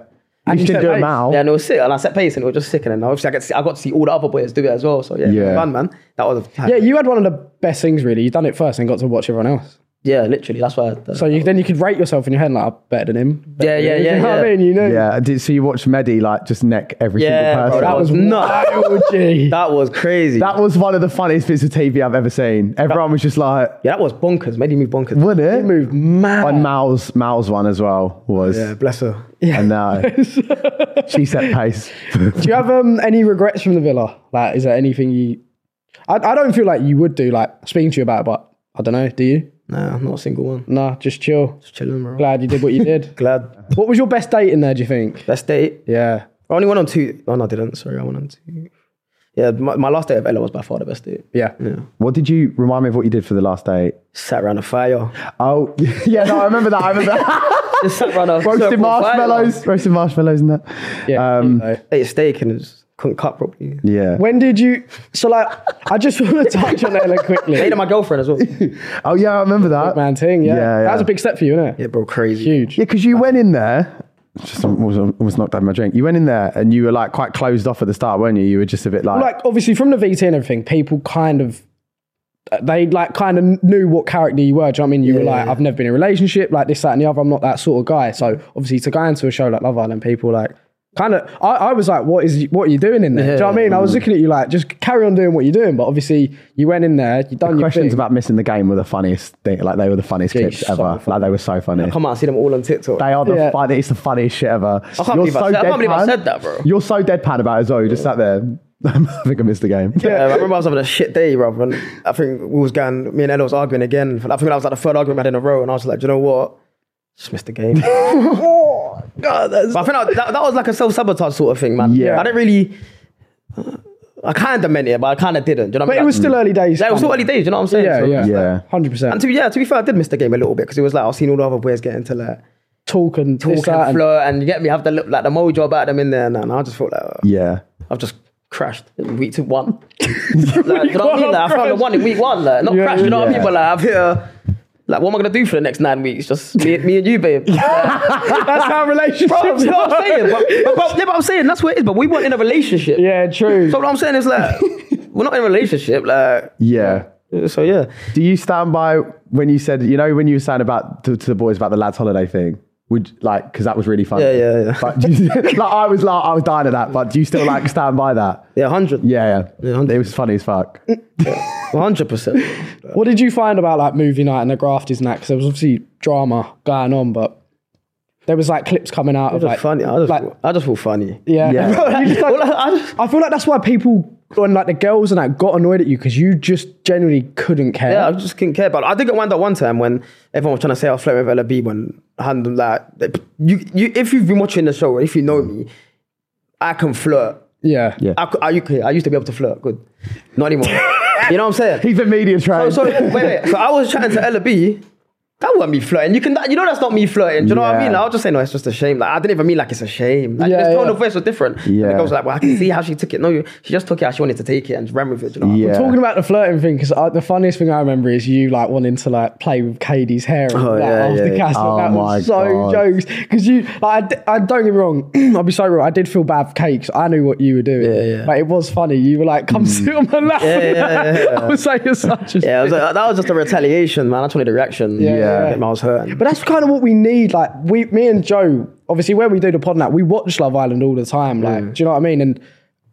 Speaker 2: And
Speaker 3: you
Speaker 2: you
Speaker 3: should
Speaker 2: said
Speaker 3: do it
Speaker 2: thanks.
Speaker 3: now.
Speaker 4: Yeah, and it was sick. And I set pace and it was just sick. And then obviously I, get to see, I got to see all the other boys do it as well. So yeah,
Speaker 3: Yeah.
Speaker 4: fun, man. That was a
Speaker 2: yeah. You had one of the best things, really. You done it first and got to watch everyone else.
Speaker 4: yeah, literally. That's why. I,
Speaker 2: So you, then you could rate yourself in your head like, I'm better than him.
Speaker 4: Yeah, yeah,
Speaker 2: You
Speaker 4: yeah,
Speaker 2: know what I
Speaker 4: yeah.
Speaker 2: mean? You know,
Speaker 3: Yeah, did, so you watched Medi like just neck every
Speaker 4: Yeah,
Speaker 3: single
Speaker 4: bro,
Speaker 3: person.
Speaker 4: that was nuts.
Speaker 2: Oh, gee.
Speaker 4: That was crazy.
Speaker 3: that was one of the funniest bits of TV I've ever seen. Everyone was just like,
Speaker 4: yeah, that was bonkers. Made me bonkers.
Speaker 3: "Would it?"
Speaker 2: move mad.
Speaker 3: And Mal's Mal's one as well was,
Speaker 4: Yeah, bless her.
Speaker 3: and uh, she set pace.
Speaker 2: Do you have um, any regrets from the villa? Like, is there anything you? I, I don't feel like you would do. Like speaking to you about, it, but I don't know. Do you?
Speaker 4: Nah, not a single one.
Speaker 2: Nah, just chill.
Speaker 4: Just chilling, bro.
Speaker 2: Glad you did what you did.
Speaker 4: Glad.
Speaker 2: what was your best date in there? Do you think?
Speaker 4: Best date.
Speaker 2: Yeah.
Speaker 4: I only went on two. Oh, no, I didn't. Sorry, I went on two. Yeah, my, my last day of Ella was by far the best day.
Speaker 2: Yeah.
Speaker 3: What did you remind me of? What you did for the last date?
Speaker 4: Sat around a fire.
Speaker 3: Oh, yeah, no, I remember that. I remember that.
Speaker 4: Just sat around a circle
Speaker 3: roasted
Speaker 4: of
Speaker 3: marshmallows, roasted marshmallows, and that.
Speaker 2: Yeah.
Speaker 3: Um,
Speaker 2: so-
Speaker 4: Fire. Ate a steak and just couldn't cut properly.
Speaker 3: Yeah.
Speaker 2: when did you? So like, I just want to touch on Ella quickly.
Speaker 4: Ate at my girlfriend as well. yeah,
Speaker 3: Oh yeah, I remember that.
Speaker 2: Man, ting. Yeah.
Speaker 3: Yeah,
Speaker 2: That was
Speaker 3: yeah.
Speaker 2: a big step for you, isn't it?
Speaker 4: bro, crazy.
Speaker 2: Huge.
Speaker 3: Yeah, because you went in there. Just almost, almost knocked down my drink. You went in there and you were like quite closed off at the start, weren't you? You were just a bit like,
Speaker 2: Like obviously from the VT and everything, people kind of. They like kind of knew what character you were. Do you know what I mean? You were like, I've never been in a relationship, like this, that, and the other. I'm not that sort of guy. So obviously, to go into a show like Love Island, people like kind of. I, I was like, what is what are you doing in there? Do you know what I mean? I was looking at you like, just carry on doing what you're doing. But obviously, you went in there, you done your
Speaker 3: questions
Speaker 2: thing.
Speaker 3: about missing the game were the funniest thing. Like they were the funniest
Speaker 2: Yeah,
Speaker 3: clips
Speaker 2: so
Speaker 3: ever. Like they were so funny.
Speaker 4: Come out and see them all on TikTok.
Speaker 3: They are the
Speaker 2: Yeah.
Speaker 3: funniest. It's the funniest shit ever. I
Speaker 4: can't believe I said- I can't believe I said that, bro.
Speaker 3: You're so deadpan about it as well. You just sat there. I think I missed the game.
Speaker 4: Yeah, Um, I remember I was having a shit day, bro. And I think we was going, me and Ella was arguing again. I think that was like the third argument we had in a row. And I was like, "Do you know what? Just missed the game.
Speaker 2: God, that's-
Speaker 4: But I think that, that, that was like a self sabotage sort of thing, man.
Speaker 3: Yeah.
Speaker 4: I didn't really. I kind of meant it, but I kind of didn't. Do you know what
Speaker 2: but
Speaker 4: I mean?
Speaker 2: it was still early days.
Speaker 4: Like, it was still
Speaker 2: kinda.
Speaker 4: early days. You know what I'm saying? So-
Speaker 2: Yeah, yeah,
Speaker 3: Yeah.
Speaker 2: hundred
Speaker 4: And
Speaker 2: percent.
Speaker 4: to, yeah, to be fair, I did miss the game a little bit because it was like I've seen all the other boys get into like
Speaker 2: Talk and
Speaker 4: talk
Speaker 2: this, that,
Speaker 4: and
Speaker 2: and-
Speaker 4: flirt, and you get me have the look like the mojo about them in there, and, that, and I just felt like uh,
Speaker 3: Yeah.
Speaker 4: I've just crashed in week to one. like, do you know what I
Speaker 2: I've
Speaker 4: mean? Like, I found the
Speaker 2: crashed.
Speaker 4: one in week one, like, not
Speaker 2: Yeah,
Speaker 4: crashed. You know what I
Speaker 3: yeah.
Speaker 4: mean? But like I've hit a, like what am I gonna do for the next nine weeks? Just me, me and you, babe.
Speaker 2: That's how relationships.
Speaker 4: Bro, you know what I'm
Speaker 2: are.
Speaker 4: saying? But, but, but, yeah, but I'm saying that's what it is. But we weren't in a relationship.
Speaker 2: Yeah, true.
Speaker 4: So what I'm saying is like we're not in a relationship. Like
Speaker 3: Yeah.
Speaker 4: so, yeah.
Speaker 3: Do you stand by when you said, you know, when you were saying about to, to the boys about the lads' holiday thing? Would like because that was really funny.
Speaker 4: Yeah, yeah, yeah.
Speaker 3: But do you, like I was, like, I was dying at that. But do you still like stand by that?
Speaker 4: Yeah, hundred.
Speaker 3: Yeah, yeah.
Speaker 4: Yeah, hundred. Mm,
Speaker 3: it was funny as fuck.
Speaker 4: hundred percent.
Speaker 2: What did you find about like movie night and the grafters and that? Because there was obviously drama going on, but there was like clips coming out of
Speaker 4: Just
Speaker 2: like
Speaker 4: funny. I just,
Speaker 2: like,
Speaker 4: feel- I just feel funny.
Speaker 2: yeah.
Speaker 3: Yeah.
Speaker 2: You just, like-
Speaker 4: Well, I- I just-
Speaker 2: I feel like that's why people and like the girls and that got annoyed at you because you just generally couldn't care.
Speaker 4: Yeah, I just didn't care. But I think it wound up one time when everyone was trying to say I was flirting with Ella B when I had them like you, you if you've been watching the show, if you know me, I can flirt.
Speaker 2: yeah.
Speaker 3: Yeah.
Speaker 4: I, cou- I, you could- I used to be able to flirt, good. Not anymore. you know what I'm saying?
Speaker 3: He's a media
Speaker 4: So,
Speaker 3: trained.
Speaker 4: so wait, wait. So I was chatting to Ella B. That wasn't me flirting. You can, you know, that's not me flirting. Do you know what I
Speaker 3: Yeah.
Speaker 4: mean? Like, I was just saying, no, it's just a shame. Like I didn't even mean like it's a shame. Like
Speaker 2: Yeah,
Speaker 4: this tone
Speaker 2: yeah.
Speaker 4: of voice was different. And
Speaker 3: Yeah.
Speaker 4: the girl was like, well, I can see how she took it. No, she just took it how she wanted to take it and ran with it. Do you know? what I mean?
Speaker 3: Yeah.
Speaker 2: Talking about the flirting thing, because uh, the funniest thing I remember is you like wanting to like play with Katie's hair and
Speaker 4: Oh,
Speaker 2: that
Speaker 4: yeah,
Speaker 2: after
Speaker 4: yeah.
Speaker 2: cast.
Speaker 3: Oh,
Speaker 2: that
Speaker 3: my
Speaker 2: was so
Speaker 3: God.
Speaker 2: jokes because you like I, d- I- don't get me wrong. I'll be so real. I did feel bad for Kate 'cause I knew what you were doing.
Speaker 4: Yeah, yeah.
Speaker 2: But it was funny. You were like, "Come sit on my lap."
Speaker 4: Yeah, yeah, yeah,
Speaker 2: I was like, "You're such a."
Speaker 4: Yeah, I was like, that was just a retaliation, man. I just wanted a reaction.
Speaker 2: Yeah, yeah, yeah.
Speaker 4: I was hurting.
Speaker 2: But that's kind of what we need. Like we, me and Joe, obviously where we do the pod now, we watch Love Island all the time. Like,
Speaker 4: Mm.
Speaker 2: do you know what I mean? And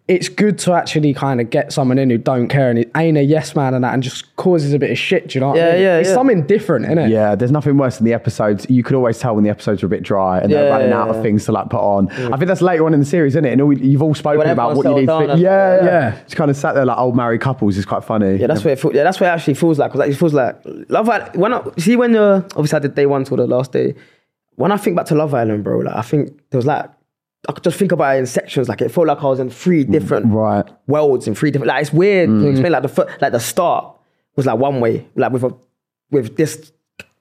Speaker 2: it's good to actually kind of get someone in who don't care and it ain't a yes man and that, and just causes a bit of shit. Do you know what
Speaker 4: Yeah,
Speaker 2: I mean?
Speaker 4: yeah,
Speaker 2: It's
Speaker 4: yeah.
Speaker 2: something different, isn't it?
Speaker 3: Yeah, there's nothing worse than the episodes. You could always tell when the episodes are a bit dry and they're
Speaker 4: Yeah,
Speaker 3: running
Speaker 4: yeah,
Speaker 3: out of
Speaker 4: yeah. Mm.
Speaker 3: things to like put on. I think that's later on in the series, isn't it? And all, you've all spoken
Speaker 4: When
Speaker 3: about
Speaker 4: everyone's
Speaker 3: what you need.
Speaker 4: settled
Speaker 3: To,
Speaker 4: down and-
Speaker 3: yeah, yeah,
Speaker 2: Yeah.
Speaker 3: Just kind of sat there like old married couples is quite funny.
Speaker 4: Yeah, that's what it feels. Yeah, that's what it actually feels like. 'Cause, like, it feels like Love Island. When I see when uh, obviously I did day one till the last day. When I think back to Love Island, bro, like I think there was like I could just think about it in sections. Like it felt like I was in three different
Speaker 3: Mm, right. Mm.
Speaker 4: worlds in three different. Like it's weird to explain. Like the fir- like the start was like one way, like with a, with this.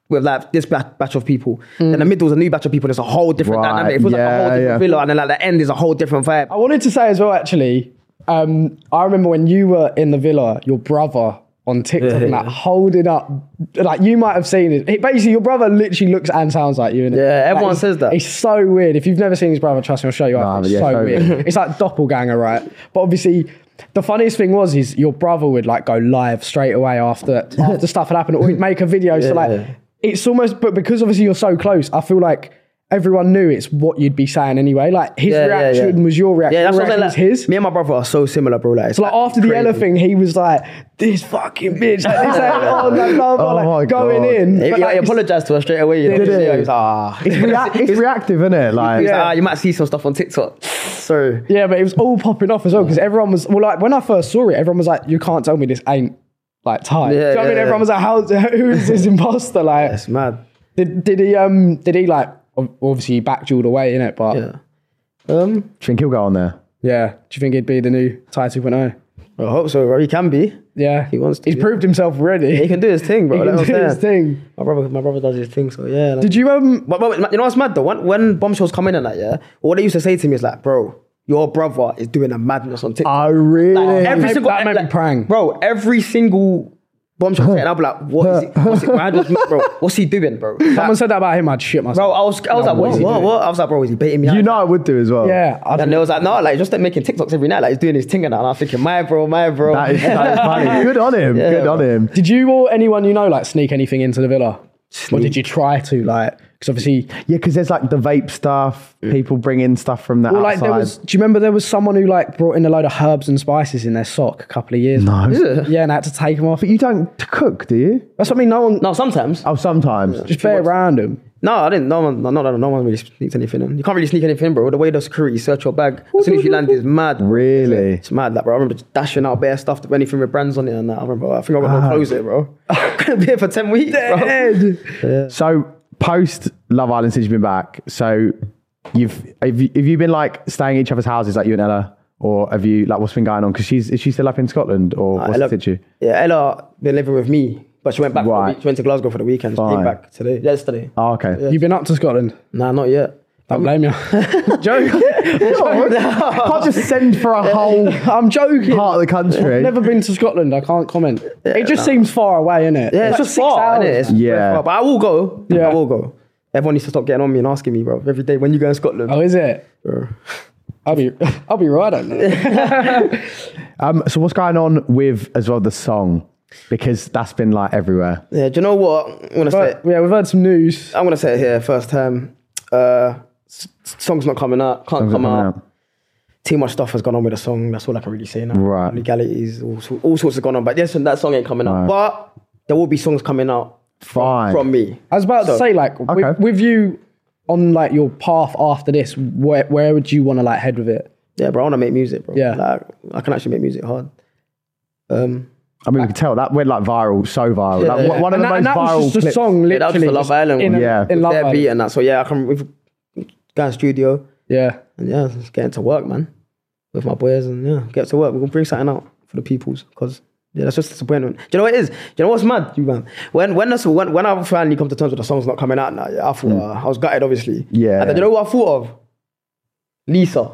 Speaker 4: With like this ba- batch of people, then the middle is a new batch of people. There's a whole different
Speaker 3: Mm. Right,
Speaker 4: dynamic. It feels like a whole
Speaker 3: yeah,
Speaker 4: different
Speaker 3: yeah.
Speaker 4: thriller, and then like the end is a whole different vibe.
Speaker 2: I wanted to say as well, actually, um, I remember when you were in the villa, your brother on TikTok and that holding up, like you might have seen it. It- basically, your brother literally looks and sounds like you. innit?
Speaker 4: Yeah,
Speaker 2: Like,
Speaker 4: everyone
Speaker 2: it's-
Speaker 4: says that.
Speaker 2: It's so weird. If you've never seen his brother, trust me, I'll show you.
Speaker 3: Nah,
Speaker 2: after.
Speaker 3: but
Speaker 2: it's
Speaker 3: yeah,
Speaker 2: so
Speaker 3: show me.
Speaker 2: weird. it's like doppelganger, right? But obviously. The funniest thing was is your brother would like go live straight away after after stuff had happened or he'd make a video. so like
Speaker 4: Yeah.
Speaker 2: it's almost but because obviously you're so close, I feel like everyone knew it's what you'd be saying anyway. Like his
Speaker 4: Yeah, yeah, yeah.
Speaker 2: reaction was your reaction.
Speaker 4: Yeah, that's
Speaker 2: your
Speaker 4: what I'm
Speaker 2: reaction
Speaker 4: saying.
Speaker 2: was
Speaker 4: Like,
Speaker 2: his.
Speaker 4: Me and my brother are so similar, bro. Like, it's
Speaker 2: So like after the
Speaker 4: crazy.
Speaker 2: Ella thing, he was like, "This fucking bitch," like, this, like, oh, no, blah, blah,
Speaker 3: Oh my
Speaker 2: like going
Speaker 3: God.
Speaker 2: in.
Speaker 4: He,
Speaker 2: But, like,
Speaker 4: he- he
Speaker 2: it's-
Speaker 4: apologized to us straight away. You know?
Speaker 2: Did he?
Speaker 4: He was like, ah.
Speaker 3: It's, rea- it's reactive, isn't it? Like,
Speaker 4: He was like, ah, you might see some stuff on TikTok. Sorry.
Speaker 2: Yeah, but it was all popping off as well because everyone was well, like when I first saw it, everyone was like, "You can't tell me this ain't." Like time, do
Speaker 4: Yeah,
Speaker 2: you know what I
Speaker 4: yeah,
Speaker 2: mean?
Speaker 4: yeah.
Speaker 2: Everyone was like, "How? Who is this imposter?" Like,
Speaker 4: That's mad.
Speaker 2: did, did he um did he like ob- obviously he backjeweled away in it, but yeah.
Speaker 4: Yeah. Um,
Speaker 3: do you think he'll go on there?
Speaker 2: Do you think he'd be the new Tai 2.0?
Speaker 4: I hope so, bro. He can be.
Speaker 2: oh? Yeah,
Speaker 4: He wants to,
Speaker 2: He's
Speaker 4: yeah.
Speaker 2: proved himself already.
Speaker 4: He can do his thing,
Speaker 2: He
Speaker 4: bro. Like
Speaker 2: can
Speaker 4: I'm
Speaker 2: do
Speaker 4: saying.
Speaker 2: his thing.
Speaker 4: My brother, my brother does his thing, so yeah. Like,
Speaker 2: Did you um?
Speaker 4: But, but you know what's mad though? When, when bombshells come in and that, yeah, what they used to say to me is like, bro, your brother is doing a madness on TikTok.
Speaker 3: I Oh, really.
Speaker 4: Like, every
Speaker 2: that
Speaker 4: single
Speaker 2: might be
Speaker 4: like,
Speaker 2: prang.
Speaker 4: bro. Every single bombshell, and I'll be like, what is it? What's it why does- bro, what's he doing, bro?
Speaker 2: Someone
Speaker 4: Like,
Speaker 2: said that about him. I'd shit myself.
Speaker 4: bro, I was, I was like, what,
Speaker 2: what is he
Speaker 4: what, what? I was like, bro, is he baiting me?
Speaker 3: you know I would do as well.
Speaker 2: yeah, uh, I'd
Speaker 4: And they was like, no, like just like making TikToks every night, like he's doing his thing and that. And I'm thinking, my bro, my bro.
Speaker 3: That is, that is funny. Good on him. Good on him.
Speaker 2: Did you or anyone you know like sneak anything into the villa? Or did you try to like? Because obviously,
Speaker 3: Yeah, because there's like the vape stuff. People bring in stuff from that
Speaker 2: well, like
Speaker 3: outside.
Speaker 2: there was. Do you remember there was someone who like brought in a load of herbs and spices in their sock a couple of years? No. Yeah, and had to take them off.
Speaker 3: but you don't cook, do you?
Speaker 2: That's what I mean. No one
Speaker 4: no, sometimes.
Speaker 3: Oh, sometimes.
Speaker 2: just bare random.
Speaker 4: No, I didn't. No one, no, no, no, no one really sneaks anything in. You can't really sneak anything, bro. The way the security search your bag as soon as you land is mad. bro.
Speaker 3: Really?
Speaker 4: It's mad, like, bro. I remember just dashing out bare stuff, anything with brands on it and that. I remember, I think I
Speaker 3: Ah.
Speaker 4: got no clothes here, bro. Couldn't be here for 10 weeks, bro.
Speaker 3: So post Love Island since you've been back, so you've have you, have you been like staying at each other's houses, like you and Ella, or have you like what's been going on? Because she's is she still up in Scotland or what's
Speaker 4: Ella,
Speaker 3: the situ?
Speaker 4: Yeah, Ella been living with me, but she went back. For
Speaker 3: Right.
Speaker 4: the week. She went to Glasgow for the weekend. She
Speaker 3: Fine.
Speaker 4: came back today, yesterday.
Speaker 3: Oh, okay.
Speaker 2: You've been up to Scotland.
Speaker 4: Nah, not yet.
Speaker 2: Don't blame you. Joke.
Speaker 3: You can't just send for a whole
Speaker 2: I'm joking.
Speaker 3: part of the country.
Speaker 2: Never been to Scotland. I can't comment. it just seems far away, innit?
Speaker 4: Yeah, it's just far, innit? It's
Speaker 3: Yeah.
Speaker 4: very far, But I will go.
Speaker 2: Yeah.
Speaker 4: I will go. Everyone needs to stop getting on me and asking me, bro. Every day when you go in Scotland.
Speaker 2: Oh, is it?
Speaker 4: Bro.
Speaker 2: I'll be, I'll be right. I don't know.
Speaker 3: Um, so what's going on with as well the song? Because that's been like everywhere.
Speaker 4: Yeah, do you know what? I'm gonna say
Speaker 2: But,
Speaker 4: it.
Speaker 2: yeah, we've heard some news.
Speaker 4: I'm gonna say it here first time. Uh, s- s- song's not coming out. Can't
Speaker 3: Songs
Speaker 4: come
Speaker 3: that
Speaker 4: out.
Speaker 3: come
Speaker 4: Too much stuff has gone on with the song. That's all I can really say now.
Speaker 3: Right.
Speaker 4: Legalities, all, so- all sorts have gone on. But yes, and that song ain't coming out. But there will be songs coming out
Speaker 3: Fine.
Speaker 4: from me.
Speaker 2: I was about to
Speaker 4: So-
Speaker 2: say, like,
Speaker 3: Okay.
Speaker 2: with, with you on like your path after this, where where would you want to like head with it?
Speaker 4: Yeah, bro, I want to make music, bro.
Speaker 2: Yeah.
Speaker 4: Like, I can actually make music hard. Um,
Speaker 3: I mean, we can tell that went like viral, so viral.
Speaker 4: Yeah,
Speaker 3: Like,
Speaker 4: yeah.
Speaker 3: One of
Speaker 2: and
Speaker 3: the
Speaker 2: that,
Speaker 3: most
Speaker 2: and that
Speaker 3: viral
Speaker 2: was just
Speaker 3: clips.
Speaker 2: a song,
Speaker 4: Yeah, that was
Speaker 2: literally.
Speaker 4: the Love
Speaker 2: just
Speaker 4: Island
Speaker 2: in
Speaker 4: one.
Speaker 2: a-
Speaker 3: Yeah.
Speaker 2: in
Speaker 4: with
Speaker 2: Love
Speaker 4: their
Speaker 2: Island.
Speaker 4: beat and that. So yeah, I can we've got a studio
Speaker 2: Yeah,
Speaker 4: and yeah, just getting to work, man, with my boys and yeah, get to work. We're gonna bring something out for the peoples because. Yeah, that's just disappointment. Do you know what it is? Do you know what's mad, you man? When when that's when, when I finally come to terms with the song's not coming out now, yeah, I thought uh, I was gutted, obviously. And
Speaker 3: Yeah,
Speaker 4: then
Speaker 3: yeah.
Speaker 4: you know what I thought of? Lisa,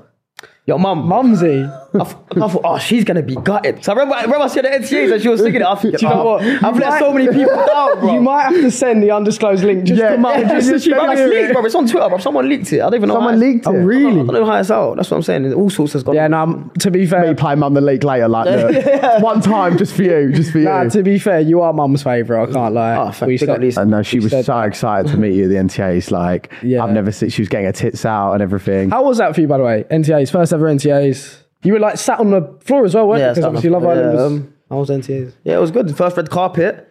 Speaker 4: your mum.
Speaker 2: Mumsy.
Speaker 4: I, th- I thought, oh, she's gonna be gutted. So I remember, I remember I said the NCAs and she was singing it. I think,
Speaker 2: Do you know what? You
Speaker 4: I've let
Speaker 2: might-
Speaker 4: so many people down, bro.
Speaker 2: You might have to send the undisclosed link just
Speaker 3: Yeah.
Speaker 2: to Mum.
Speaker 3: Yeah,
Speaker 2: just so she
Speaker 4: Bro,
Speaker 2: can
Speaker 4: it's
Speaker 2: hear
Speaker 4: leaked,
Speaker 2: it.
Speaker 4: bro. It's on Twitter, bro. Someone leaked it. I don't even know.
Speaker 3: Someone
Speaker 4: how
Speaker 3: leaked it.
Speaker 4: I
Speaker 3: Really?
Speaker 4: don't know how it's out. That's what I'm saying. All sorts of stuff.
Speaker 2: Yeah, no, I'm- to be
Speaker 3: Me
Speaker 2: fair,
Speaker 3: playing mum the leak later, like look, one time just for you, just for you.
Speaker 2: nah, to be fair, you are Mum's favourite. I can't lie.
Speaker 4: Oh, fuck.
Speaker 2: We
Speaker 4: Big up
Speaker 2: said-
Speaker 4: Lisa.
Speaker 3: And no, she was
Speaker 2: said-
Speaker 3: so excited to meet you at the NTA. It's like
Speaker 2: Yeah.
Speaker 3: I've never seen. She was getting her tits out and everything.
Speaker 2: How was that for you, by the way? NTAs, first ever NTAs. You were like sat on the floor as well, weren't
Speaker 4: Yeah,
Speaker 2: you? Because
Speaker 4: it's
Speaker 2: obviously
Speaker 4: not-
Speaker 2: Love Island
Speaker 4: yeah,
Speaker 2: was.
Speaker 4: um, I was NTAs. Yeah, it was good. First red carpet.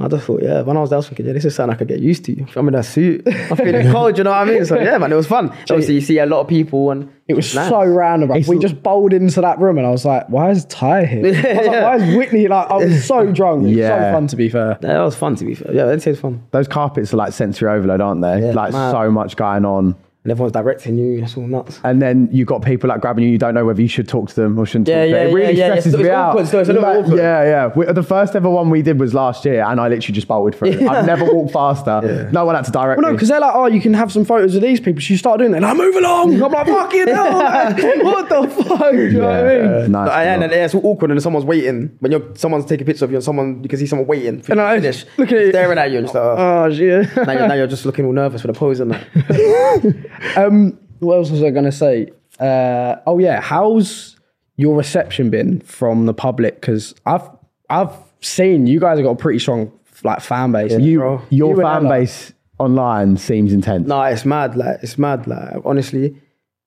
Speaker 4: I just thought, yeah, when I was there, I was thinking, yeah, this is something I could get used to. I'm in a suit. I'm feeling cold, you know what I mean? So, yeah, man, it was fun. Obviously, you see a lot of people and
Speaker 2: it was
Speaker 4: nice.
Speaker 2: so random. bro.
Speaker 3: It's
Speaker 2: We
Speaker 3: l-
Speaker 2: just bowled into that room, and I was like, "Why is Ty here? I was like, Why is Whitney?" Like, I was so drunk. It was
Speaker 3: Yeah.
Speaker 2: so fun to be fair.
Speaker 4: Yeah, it was fun, to be fair. Yeah, NTAs fun.
Speaker 3: Those carpets are like sensory overload, aren't they?
Speaker 4: Yeah,
Speaker 3: like
Speaker 4: mad.
Speaker 3: so much going on.
Speaker 4: And everyone's directing you. It's all nuts.
Speaker 3: And then you got people like grabbing you. You don't know whether you should talk to them or shouldn't
Speaker 4: Yeah,
Speaker 3: talk to
Speaker 4: yeah,
Speaker 3: them. It really
Speaker 4: yeah, yeah.
Speaker 3: stresses
Speaker 4: It's-
Speaker 3: me
Speaker 4: it's
Speaker 3: out.
Speaker 4: awkward, so it's a little
Speaker 3: Like,
Speaker 4: awkward.
Speaker 3: Yeah, yeah. We, the first ever one we did was last year, and I literally just bolted through. it. I've never walked faster. No one had to direct
Speaker 2: Well, no,
Speaker 3: me.
Speaker 2: because they're like, "Oh, you can have some photos of these people." So you start doing it, and I move along. I'm like, "Fucking hell! like, what the fuck?" Do you know what I mean?
Speaker 3: Yeah, nice.
Speaker 4: I am, and yeah, it's all awkward, and someone's waiting. When you're someone's taking pictures of you, and someone you can see someone waiting. For
Speaker 2: And
Speaker 4: you to
Speaker 2: I-
Speaker 4: finish,
Speaker 2: look at it.
Speaker 4: staring at you, and just like, oh.
Speaker 2: Oh shit.
Speaker 4: now, you're, now you're just looking all nervous with a pose and that.
Speaker 2: Um, what else was I going to say? Uh, oh yeah, how's your reception been from the public? Because I've I've seen you guys have got a pretty strong like fan base.
Speaker 3: you, your
Speaker 2: You and
Speaker 3: fan
Speaker 2: Ella.
Speaker 3: base online seems intense.
Speaker 4: No, it's mad. Like it's mad. Like honestly,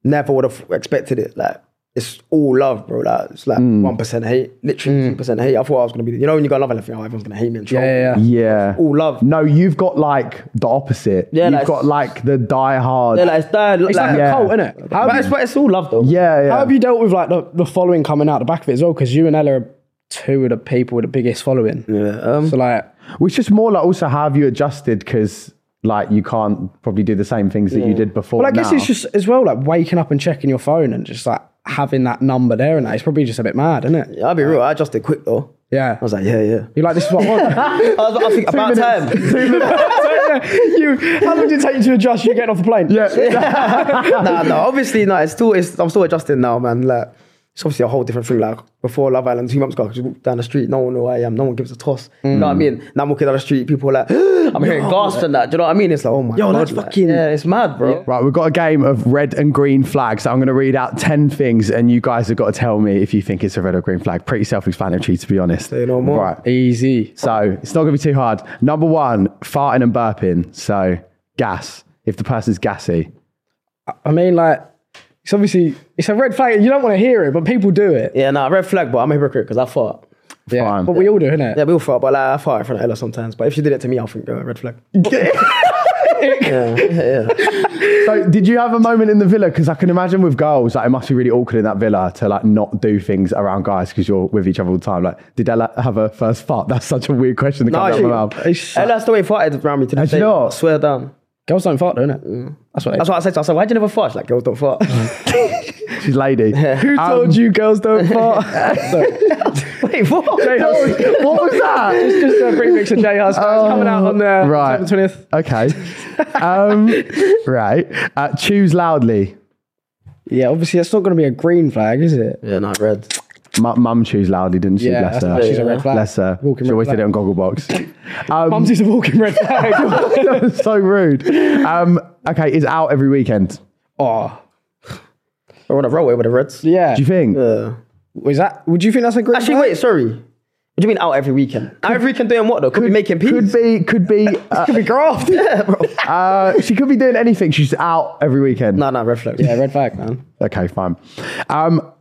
Speaker 4: never would have expected it. Like it's all love, bro. Like it's like one hate, literally two percent hate. I thought I was gonna be. You know when you go love, and think, oh, everyone's gonna hate me and troll.
Speaker 2: Yeah,
Speaker 4: me."
Speaker 2: yeah, yeah.
Speaker 3: Yeah.
Speaker 4: All love.
Speaker 3: No, you've got like the opposite.
Speaker 4: Yeah,
Speaker 3: you've
Speaker 4: like-
Speaker 3: got like the diehard.
Speaker 4: They're like it's dying.
Speaker 2: It's like
Speaker 3: Yeah.
Speaker 2: a cult, isn't it?
Speaker 4: but it's, but it's all love though.
Speaker 3: yeah, yeah.
Speaker 2: How have you dealt with like the, the following coming out the back of it as well? Because you and Ella are two of the people with the biggest following.
Speaker 4: Yeah, um,
Speaker 2: So like,
Speaker 3: Which just more like also how have you adjusted because like you can't probably do the same things that you did before.
Speaker 2: well, I guess
Speaker 3: now.
Speaker 2: it's just as well like waking up and checking your phone and just like having that number there and that. It's probably just a bit mad, isn't it?
Speaker 4: I'll be real. I adjusted quick though.
Speaker 2: Yeah.
Speaker 4: I was like, yeah, yeah.
Speaker 2: You're like, this is what I want.
Speaker 4: I was, I was thinking, about time.
Speaker 2: you, how long did it take you to adjust? You getting off the plane? Yeah.
Speaker 4: nah, no, obviously, no. It's still, it's, I'm still adjusting now, man. Like, it's obviously a whole different thing. Like before Love Island, two months ago, I just walked down the street, no one knew who I am, no one gives a toss. You
Speaker 2: Mm.
Speaker 4: know what I mean? Now I'm walking down the street, people are like, I'm hearing gasps and that. Do you know what I mean? It's like, oh my
Speaker 2: Yo,
Speaker 4: god,
Speaker 2: that's
Speaker 4: like,
Speaker 2: fucking-
Speaker 4: yeah, it's mad, bro.
Speaker 3: Right, we've got a game of red and green flags. I'm going to read out 10 things, and you guys have got to tell me if you think it's a red or green flag. Pretty self explanatory, to be honest.
Speaker 4: Say no more.
Speaker 3: Right,
Speaker 2: Easy.
Speaker 3: so it's not going to be too hard. Number one, farting and burping. So gas, if the person's gassy.
Speaker 2: I mean, like, it's obviously it's a red flag. You don't want to hear it, but people do it.
Speaker 4: Yeah, nah, red flag, but I'm a hypocrite because I fart.
Speaker 2: Yeah.
Speaker 3: Fine.
Speaker 2: But we all do, innit?
Speaker 4: Yeah, we all fart, but like, I fart in front of Ella sometimes. But if she did it to me, I'll think, uh, red flag.
Speaker 3: So, did you have a moment in the villa? Because I can imagine with girls, like it must be really awkward in that villa to like not do things around guys because you're with each other all the time. Like, did Ella have a first fart? That's such a weird question to come out of my
Speaker 4: No,
Speaker 3: mouth.
Speaker 4: she, Ella's the way farted around me to the
Speaker 3: Has she
Speaker 4: day.
Speaker 3: not?
Speaker 4: I swear down.
Speaker 2: Girls don't fart, though, innit? That's what. They
Speaker 4: Mm. That's what I said to her. I said, why'd you never fart? She's like, girls don't fart.
Speaker 3: She's lady.
Speaker 2: Who
Speaker 3: Um,
Speaker 2: told you girls don't fart?
Speaker 4: Wait, what?
Speaker 3: Oh, what was that?
Speaker 2: it's just a remix of JR. So it's coming out on the
Speaker 3: right.
Speaker 2: September 20th.
Speaker 3: Okay. Um, right. Uh, choose loudly.
Speaker 2: Yeah, obviously that's not going to be a green flag, is it?
Speaker 4: Yeah, not red.
Speaker 3: Mu- Mum choose loudly, didn't she?
Speaker 2: Yeah,
Speaker 3: Bless
Speaker 2: that's
Speaker 3: her.
Speaker 2: why she's a red flag.
Speaker 3: Bless her.
Speaker 2: Walking
Speaker 3: she
Speaker 2: red
Speaker 3: always
Speaker 2: flag.
Speaker 3: did it on Gogglebox. Um,
Speaker 2: Mumsy's a walking red flag.
Speaker 3: that was so rude. Um, okay, is out every weekend.
Speaker 2: oh,
Speaker 4: I want to roll away with the reds.
Speaker 2: yeah.
Speaker 3: Do you think?
Speaker 4: Yeah.
Speaker 2: Was that? Would you think that's a green?
Speaker 4: Actually,
Speaker 2: flag?
Speaker 4: wait, sorry. What do you mean out every weekend? Out every weekend doing what though? Could, be making peas.
Speaker 3: Could be, could be. Uh,
Speaker 2: could be graft. yeah,
Speaker 3: uh, she could be doing anything. She's out every weekend.
Speaker 4: No, no, red flag.
Speaker 2: red flag, man.
Speaker 3: Okay, fine. Um,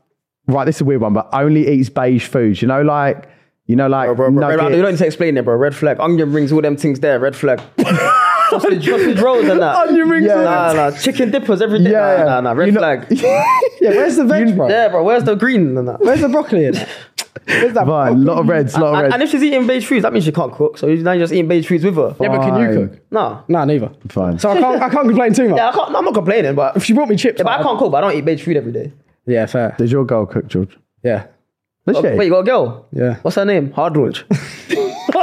Speaker 3: right, this is a weird one, but only eats beige foods. You know, like, you know, like
Speaker 4: Bro, bro, bro,
Speaker 3: nuggets.
Speaker 4: you don't need to explain it, bro. Red flag. Onion rings, all them things there. Red flag. sausage, sausage rolls and that.
Speaker 2: Onion rings
Speaker 4: Yeah,
Speaker 2: on
Speaker 4: nah, nah. Chicken dippers every day.
Speaker 3: Yeah,
Speaker 4: Yeah,
Speaker 3: yeah.
Speaker 4: nah, nah, nah. Red
Speaker 3: You know-
Speaker 4: flag.
Speaker 2: yeah, where's the veg, bro?
Speaker 4: Yeah, bro. Where's the green and that?
Speaker 2: Where's the broccoli in that? Where's that broccoli?
Speaker 3: Fine, lot of reds, lot of
Speaker 4: And,
Speaker 3: reds.
Speaker 4: and if she's eating beige foods, that means she can't cook. So now you're just eating beige foods with her.
Speaker 2: Yeah, but can you
Speaker 3: Fine.
Speaker 2: cook?
Speaker 4: Nah.
Speaker 2: Nah, neither.
Speaker 3: Fine.
Speaker 2: So I can't, I can't complain too much.
Speaker 4: Yeah, I can't, I'm not complaining, but
Speaker 2: If she brought me chips,
Speaker 4: Yeah, but I
Speaker 2: I'd-
Speaker 4: can't cook, but I don't eat beige food every day.
Speaker 2: Yeah, fair.
Speaker 3: Does your girl cook, George?
Speaker 2: Yeah.
Speaker 3: Does she?
Speaker 4: Oh, Wait, you got a girl?
Speaker 2: Yeah.
Speaker 4: What's her name? Hard Lunch.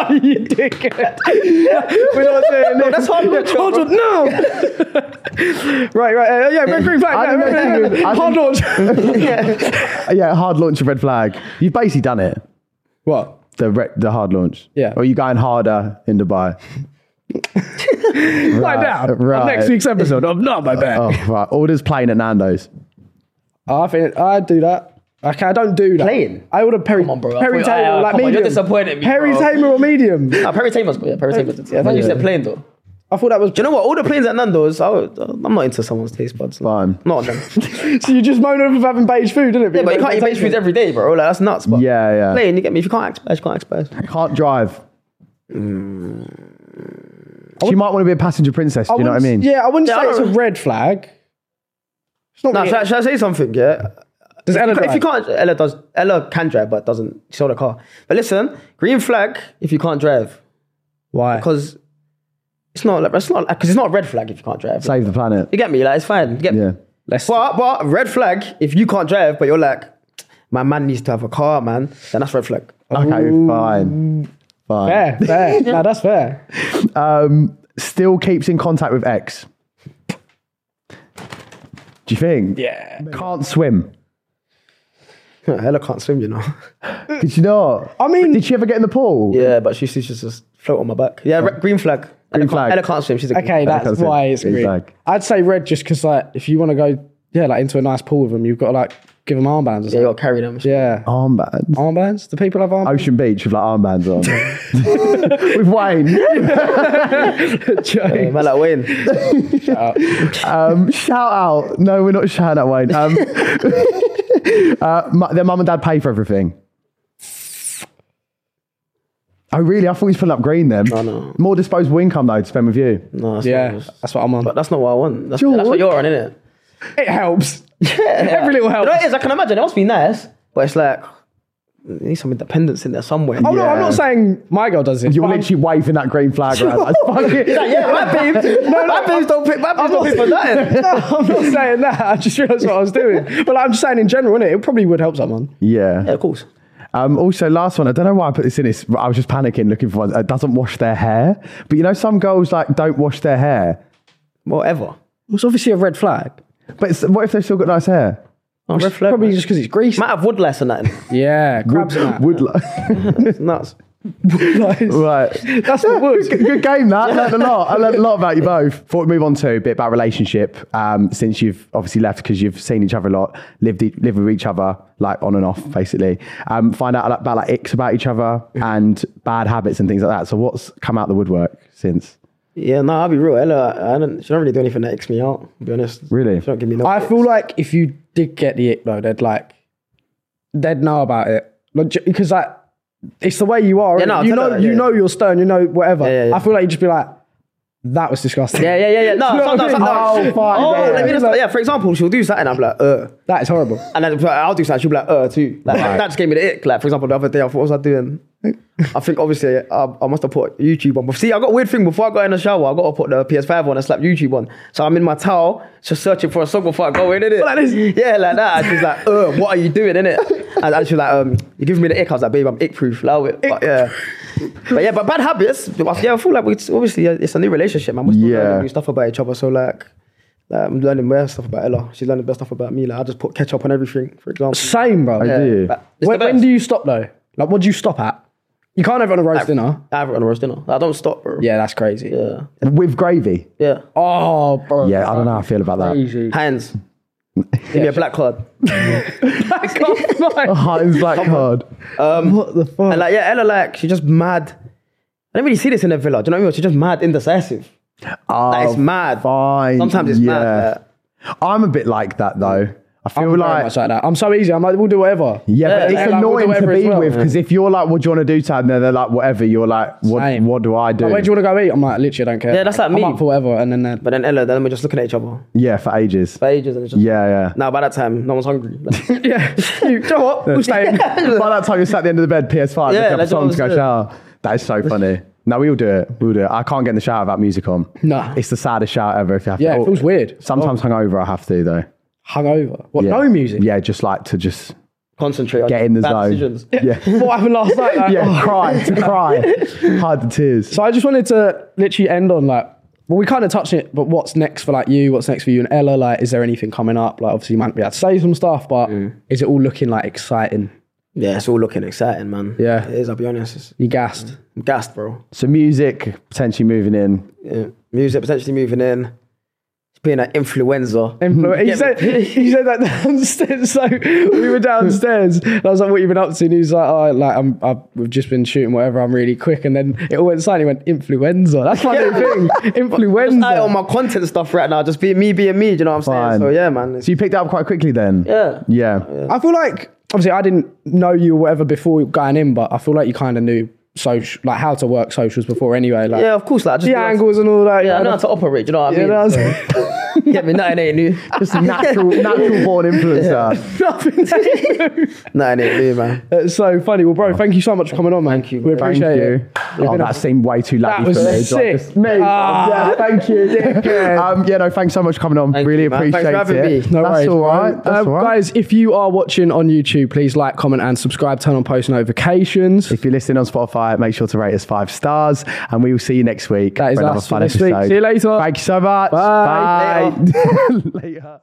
Speaker 2: you dickhead. We're not saying
Speaker 4: No, Oh, that's hard lunch,
Speaker 2: Hard
Speaker 4: bro.
Speaker 2: lunch, no. right, right. Uh, yeah, red green flag.
Speaker 3: I
Speaker 2: Yeah,
Speaker 3: didn't
Speaker 2: red,
Speaker 3: know
Speaker 2: green
Speaker 3: you- I
Speaker 2: flag. Hard lunch.
Speaker 3: yeah, hard launch a red flag. You've basically done it.
Speaker 2: what?
Speaker 3: The re- the hard launch.
Speaker 2: Yeah.
Speaker 3: Or you going harder in Dubai.
Speaker 2: Right, now. on
Speaker 3: right.
Speaker 2: Next week's episode. I'm not my bad.
Speaker 3: Oh right. Orders plain at Nando's.
Speaker 2: I think I do that. Okay, I don't do that.
Speaker 4: Plain?
Speaker 2: I order peri,
Speaker 4: on, bro. I
Speaker 2: peri
Speaker 4: thought- I-
Speaker 2: table,
Speaker 4: I-
Speaker 2: like
Speaker 4: come on, you're
Speaker 2: medium.
Speaker 4: disappointing me,
Speaker 2: Peri
Speaker 4: bro.
Speaker 2: table or medium.
Speaker 4: Ah, Perry Tamer's, yeah, Perry Tamer's. Yeah, I thought you said plain though.
Speaker 2: I thought that was.
Speaker 4: Do you know what? All the planes at Nando's, I, would- uh, I'm not into someone's taste buds. like,
Speaker 3: Fine.
Speaker 4: Not on them.
Speaker 2: So you just moan over having beige food, didn't it?
Speaker 4: yeah, but you can't eat beige foods every day, bro. Like, that's nuts. But
Speaker 3: Yeah, yeah.
Speaker 4: Plain, you get me? If you can't act splash, you can't act splash.
Speaker 3: Can't drive. She might want to be a passenger princess. Do you know what I mean?
Speaker 2: wouldn't- Yeah, I wouldn't
Speaker 4: Yeah, I
Speaker 2: say it's a
Speaker 4: don't-
Speaker 2: red flag. It's not.
Speaker 4: Nah,
Speaker 2: really-
Speaker 4: should I, should I say something? Yeah.
Speaker 2: Does Ella
Speaker 4: If you
Speaker 2: drive?
Speaker 4: can't, Ella does. Ella can drive, but doesn't. She sold a car. But listen, green flag if you can't drive,
Speaker 2: Why?
Speaker 4: because it's not. Like, it's not because it's not a red flag if you can't drive.
Speaker 3: Save the planet.
Speaker 4: you get me? Like it's fine. You get me?
Speaker 3: Yeah.
Speaker 2: Let's.
Speaker 4: But but red flag if you can't drive, but you're like, my man needs to have a car, man. Then that's red flag.
Speaker 3: Okay, fine. Fine.
Speaker 2: Fair, fair. no, that's fair.
Speaker 3: Um, still keeps in contact with ex. Do you think?
Speaker 2: Yeah.
Speaker 3: Can't swim.
Speaker 4: Ella can't swim, you know.
Speaker 3: Did she not?
Speaker 2: I mean-
Speaker 3: did she ever get in the pool?
Speaker 4: Yeah, but she she's just, just float on my back. Yeah, re- green flag. Ella can't-
Speaker 3: flag.
Speaker 4: Ella can't swim. She's a
Speaker 2: Okay,
Speaker 3: That
Speaker 2: that's
Speaker 3: doesn't-
Speaker 2: why it's
Speaker 3: it's
Speaker 2: green.
Speaker 3: like-
Speaker 2: I'd say red just because, like, if you want to go, yeah, like into a nice pool with them, you've got to like give them armbands. Or
Speaker 4: Yeah,
Speaker 2: something.
Speaker 4: you gotta carry them.
Speaker 2: Yeah.
Speaker 3: Armbands.
Speaker 2: Armbands? Do people have armbands?
Speaker 3: Ocean Beach with like armbands on. with Wayne. Oh,
Speaker 4: Yeah, man, like Wayne.
Speaker 3: Um, shout out. No, we're not shouting out Wayne. Um, uh, mu- their mum and dad pay for everything. Oh, really? I thought he's pulling up green then.
Speaker 4: no.
Speaker 3: More disposable income though to spend with you.
Speaker 4: No, that's
Speaker 2: yeah,
Speaker 4: Not,
Speaker 2: that's what I'm on.
Speaker 4: but that's not what I want. That's,
Speaker 3: Sure.
Speaker 4: that's what you're on, isn't it?
Speaker 2: it helps. Every little helps.
Speaker 4: You know what it is? I can imagine. It must be nice, but it's like you need some independence in there somewhere.
Speaker 2: Oh, no, I'm
Speaker 3: Yeah.
Speaker 2: not saying my girl does it.
Speaker 3: You're
Speaker 2: but I'm-
Speaker 3: literally waving that green flag around. I fucking-
Speaker 4: Yeah, my babes, my babes don't pick, my babes don't pick for nothing.
Speaker 2: no, I'm not saying that. I just realised what I was doing. But like, I'm just saying in general, innit? It probably would help someone.
Speaker 3: yeah.
Speaker 4: Yeah, of course.
Speaker 3: Um, also, last one. I don't know why I put this in. It's, I was just panicking looking for one. It doesn't wash their hair. But you know, some girls like don't wash their hair.
Speaker 4: Whatever.
Speaker 2: It's obviously a red flag.
Speaker 3: But it's, what if they've still got nice hair?
Speaker 4: Oh, red flag.
Speaker 2: Probably
Speaker 4: man.
Speaker 2: just because it's greasy.
Speaker 4: might have wood lice and that. It's
Speaker 2: yeah, crabs and that.
Speaker 3: Would like,
Speaker 4: nuts.
Speaker 3: right.
Speaker 2: That's the woods.
Speaker 3: Good, good game, that. I learned a lot. I learned a lot about you both. Before we move on to a bit about relationship, um, since you've obviously left because you've seen each other a lot, lived e- lived with each other like on and off, basically. Um, find out about like icks about each other and bad habits and things like that. So what's come out the woodwork since?
Speaker 4: Yeah, no, I'll be real. Ella, I don't. She don't really do anything that icks me out. To be honest.
Speaker 3: Really?
Speaker 4: She don't give me no.
Speaker 2: I
Speaker 4: icks.
Speaker 2: feel like if you did get the ick, though, they'd like, they'd know about it. Because, like, it's the way you are.
Speaker 4: Yeah,
Speaker 2: innit?
Speaker 4: no, I'll
Speaker 2: you
Speaker 4: tell
Speaker 2: know,
Speaker 4: her that,
Speaker 2: you
Speaker 4: yeah,
Speaker 2: know,
Speaker 4: yeah.
Speaker 2: you're stern. You know, whatever.
Speaker 4: Yeah, yeah, yeah.
Speaker 2: I feel like you'd just be like, that was disgusting.
Speaker 4: Yeah, yeah, yeah, yeah. No,
Speaker 2: You know what
Speaker 4: sometimes,
Speaker 2: I mean?
Speaker 4: sometimes.
Speaker 3: Oh, fine,
Speaker 4: Oh,
Speaker 3: yeah,
Speaker 4: let me
Speaker 3: yeah.
Speaker 4: just, yeah. For example, she'll do something. I'm like, uh.
Speaker 2: That is horrible.
Speaker 4: And then I'll do something. She'll be like, uh, too. Like, That just gave me the ick. Like, for example, the other day, I thought, what was I doing? I think obviously I, I must have put YouTube on. But see, I got a weird thing. Before I got in the shower, I got to put the PS5 on and slap YouTube on. So I'm in my towel, just searching for a song before I go in, innit?
Speaker 2: Like this?
Speaker 4: Yeah, like that. And she's like, uh, what are you doing, innit? And, and she's like, um, you're giving me the ick. I was like, babe, I'm ick proof. Love it. But yeah. But yeah, but bad habits. Yeah, I feel like we, obviously uh, it's a new relationship, man. We're still
Speaker 3: Yeah.
Speaker 4: learning new stuff about each other. So like, like, I'm learning more stuff about Ella. She's learning best stuff about me. Like I just put ketchup on everything, for example.
Speaker 2: Same, bro.
Speaker 3: I do.
Speaker 4: But it's
Speaker 2: When,
Speaker 4: the
Speaker 2: when
Speaker 4: best.
Speaker 2: do you stop though? Like, what do you stop at? You can't have it on a roast dinner.
Speaker 4: I have it on a roast dinner. I don't stop, bro.
Speaker 2: Yeah, that's crazy.
Speaker 4: yeah,
Speaker 3: With gravy.
Speaker 4: yeah.
Speaker 2: Oh, bro.
Speaker 3: Yeah, I don't know how I feel about that.
Speaker 2: Crazy.
Speaker 4: Hands. Give me a black card.
Speaker 3: Heinz Black Card.
Speaker 2: what the fuck?
Speaker 4: And like, yeah, Ella, like, she's just mad. I don't really see this in a villa. Do you know what I mean? She's just mad, indecisive.
Speaker 3: Oh,
Speaker 4: Like, it's mad.
Speaker 3: Fine.
Speaker 4: Sometimes it's
Speaker 3: yeah.
Speaker 4: mad. like,
Speaker 3: I'm a bit like that though. I feel
Speaker 2: I'm very
Speaker 3: like
Speaker 2: much like that. I'm so easy. I'm like, we'll do whatever.
Speaker 4: Yeah,
Speaker 3: yeah, but
Speaker 4: yeah,
Speaker 3: it's
Speaker 2: like, we'll do
Speaker 3: annoying to
Speaker 2: whatever as
Speaker 3: be
Speaker 2: well.
Speaker 3: with because if you're like, what do you want to do, Tad? And they're like, whatever. You're like, what?
Speaker 2: Same.
Speaker 3: What do I do?
Speaker 2: Like, where do you want to go eat? I'm like, literally, I don't care.
Speaker 4: Yeah, that's like
Speaker 2: I'm
Speaker 4: me.
Speaker 2: up for whatever. And then uh, they're,
Speaker 4: But then Ella, then we're just looking at each other
Speaker 3: yeah, for ages.
Speaker 4: for ages, and it's just
Speaker 3: Yeah, yeah.
Speaker 4: Now by that time, no one's hungry. Like,
Speaker 2: yeah, you, do you know what? We'll stay.
Speaker 3: By that time, you're sat at the end of the bed, PS5,
Speaker 4: Yeah,
Speaker 3: yeah, up
Speaker 4: that's what
Speaker 3: songs,
Speaker 4: I
Speaker 3: go
Speaker 4: was doing.
Speaker 3: shower. That is so funny. No, we'll do it. We'll do it. I can't get in the shower without music on.
Speaker 2: Nah.
Speaker 3: It's the saddest shower ever if you have
Speaker 2: Yeah,
Speaker 3: to.
Speaker 2: it feels weird.
Speaker 3: Sometimes hungover, I have to, though.
Speaker 2: Hungover. What?
Speaker 3: Yeah.
Speaker 2: No music.
Speaker 3: Yeah, just like to just
Speaker 4: concentrate on
Speaker 3: get in the
Speaker 4: bad
Speaker 3: zone.
Speaker 4: decisions.
Speaker 3: Yeah.
Speaker 2: What happened last night? Like,
Speaker 3: yeah,
Speaker 2: oh.
Speaker 3: cry, to cry. Hide the tears.
Speaker 2: So I just wanted to literally end on like, well, we kind of touched it, but what's next for like you? What's next for you and Ella? Like, is there anything coming up? Like, obviously, you might not be able to say some stuff, but is it all looking like exciting?
Speaker 4: Yeah, it's all looking exciting, man.
Speaker 2: Yeah.
Speaker 4: it is. I'll be honest, it's,
Speaker 2: You gassed?
Speaker 4: I'm gassed, bro.
Speaker 3: So music, potentially moving in.
Speaker 4: Yeah. Music potentially moving in, being an influencer.
Speaker 2: Influ- he said he said that downstairs. So we were downstairs, and I was like, "What you been up to?" And he was like, "Oh, like I'm, I've, we've just been shooting whatever. I'm really quick." And then it all went silent. He went influenza. That's my new thing.
Speaker 4: I on
Speaker 2: Influenza.
Speaker 4: my content stuff right now, just being me being me, do you know what I'm
Speaker 3: Fine.
Speaker 4: saying? So yeah, man. it's-
Speaker 3: So you picked it up quite quickly then?
Speaker 4: yeah.
Speaker 3: Yeah.
Speaker 2: I feel like obviously I didn't know you or whatever before going in, but I feel like you kind of knew social, like how to work socials before anyway. Like
Speaker 4: Yeah, of course, like just
Speaker 2: the
Speaker 4: know-
Speaker 2: angles and all that.
Speaker 4: Yeah, I know how
Speaker 2: that's-
Speaker 4: to operate, do you know what I
Speaker 2: yeah,
Speaker 4: mean?
Speaker 2: that's-
Speaker 4: So, Get me nothing ain't new.
Speaker 3: Just a natural, natural born influencer.
Speaker 2: nothing to do.
Speaker 4: Nothing ain't new, man.
Speaker 2: That's so funny. Well, bro, thank you so much for coming on, man. Thank
Speaker 4: you,
Speaker 2: We
Speaker 4: bro.
Speaker 3: Thank
Speaker 2: appreciate it.
Speaker 3: you. Oh, that seemed way too
Speaker 2: That
Speaker 3: lappy
Speaker 2: was
Speaker 3: for me.
Speaker 2: sick.
Speaker 3: Like, just- mate.
Speaker 2: Ah.
Speaker 3: yeah, thank you. um, yeah, no, thanks so much for coming on.
Speaker 4: Thank
Speaker 3: really
Speaker 4: you, man. Thanks for
Speaker 3: appreciate
Speaker 4: having
Speaker 3: it.
Speaker 4: me.
Speaker 2: No
Speaker 3: That's
Speaker 2: worries,
Speaker 3: all
Speaker 2: bro.
Speaker 3: right. That's
Speaker 2: Uh,
Speaker 3: all right.
Speaker 2: Guys, if you are watching on YouTube, please like, comment, and subscribe. Turn on post notifications.
Speaker 3: If you're listening on Spotify, make sure to rate us five stars, and we will see you next week
Speaker 2: That is
Speaker 3: for another
Speaker 2: us
Speaker 3: fun
Speaker 2: for this week.
Speaker 3: episode.
Speaker 2: See you later.
Speaker 3: Thank you so much.
Speaker 2: Bye.
Speaker 3: Bye. Later.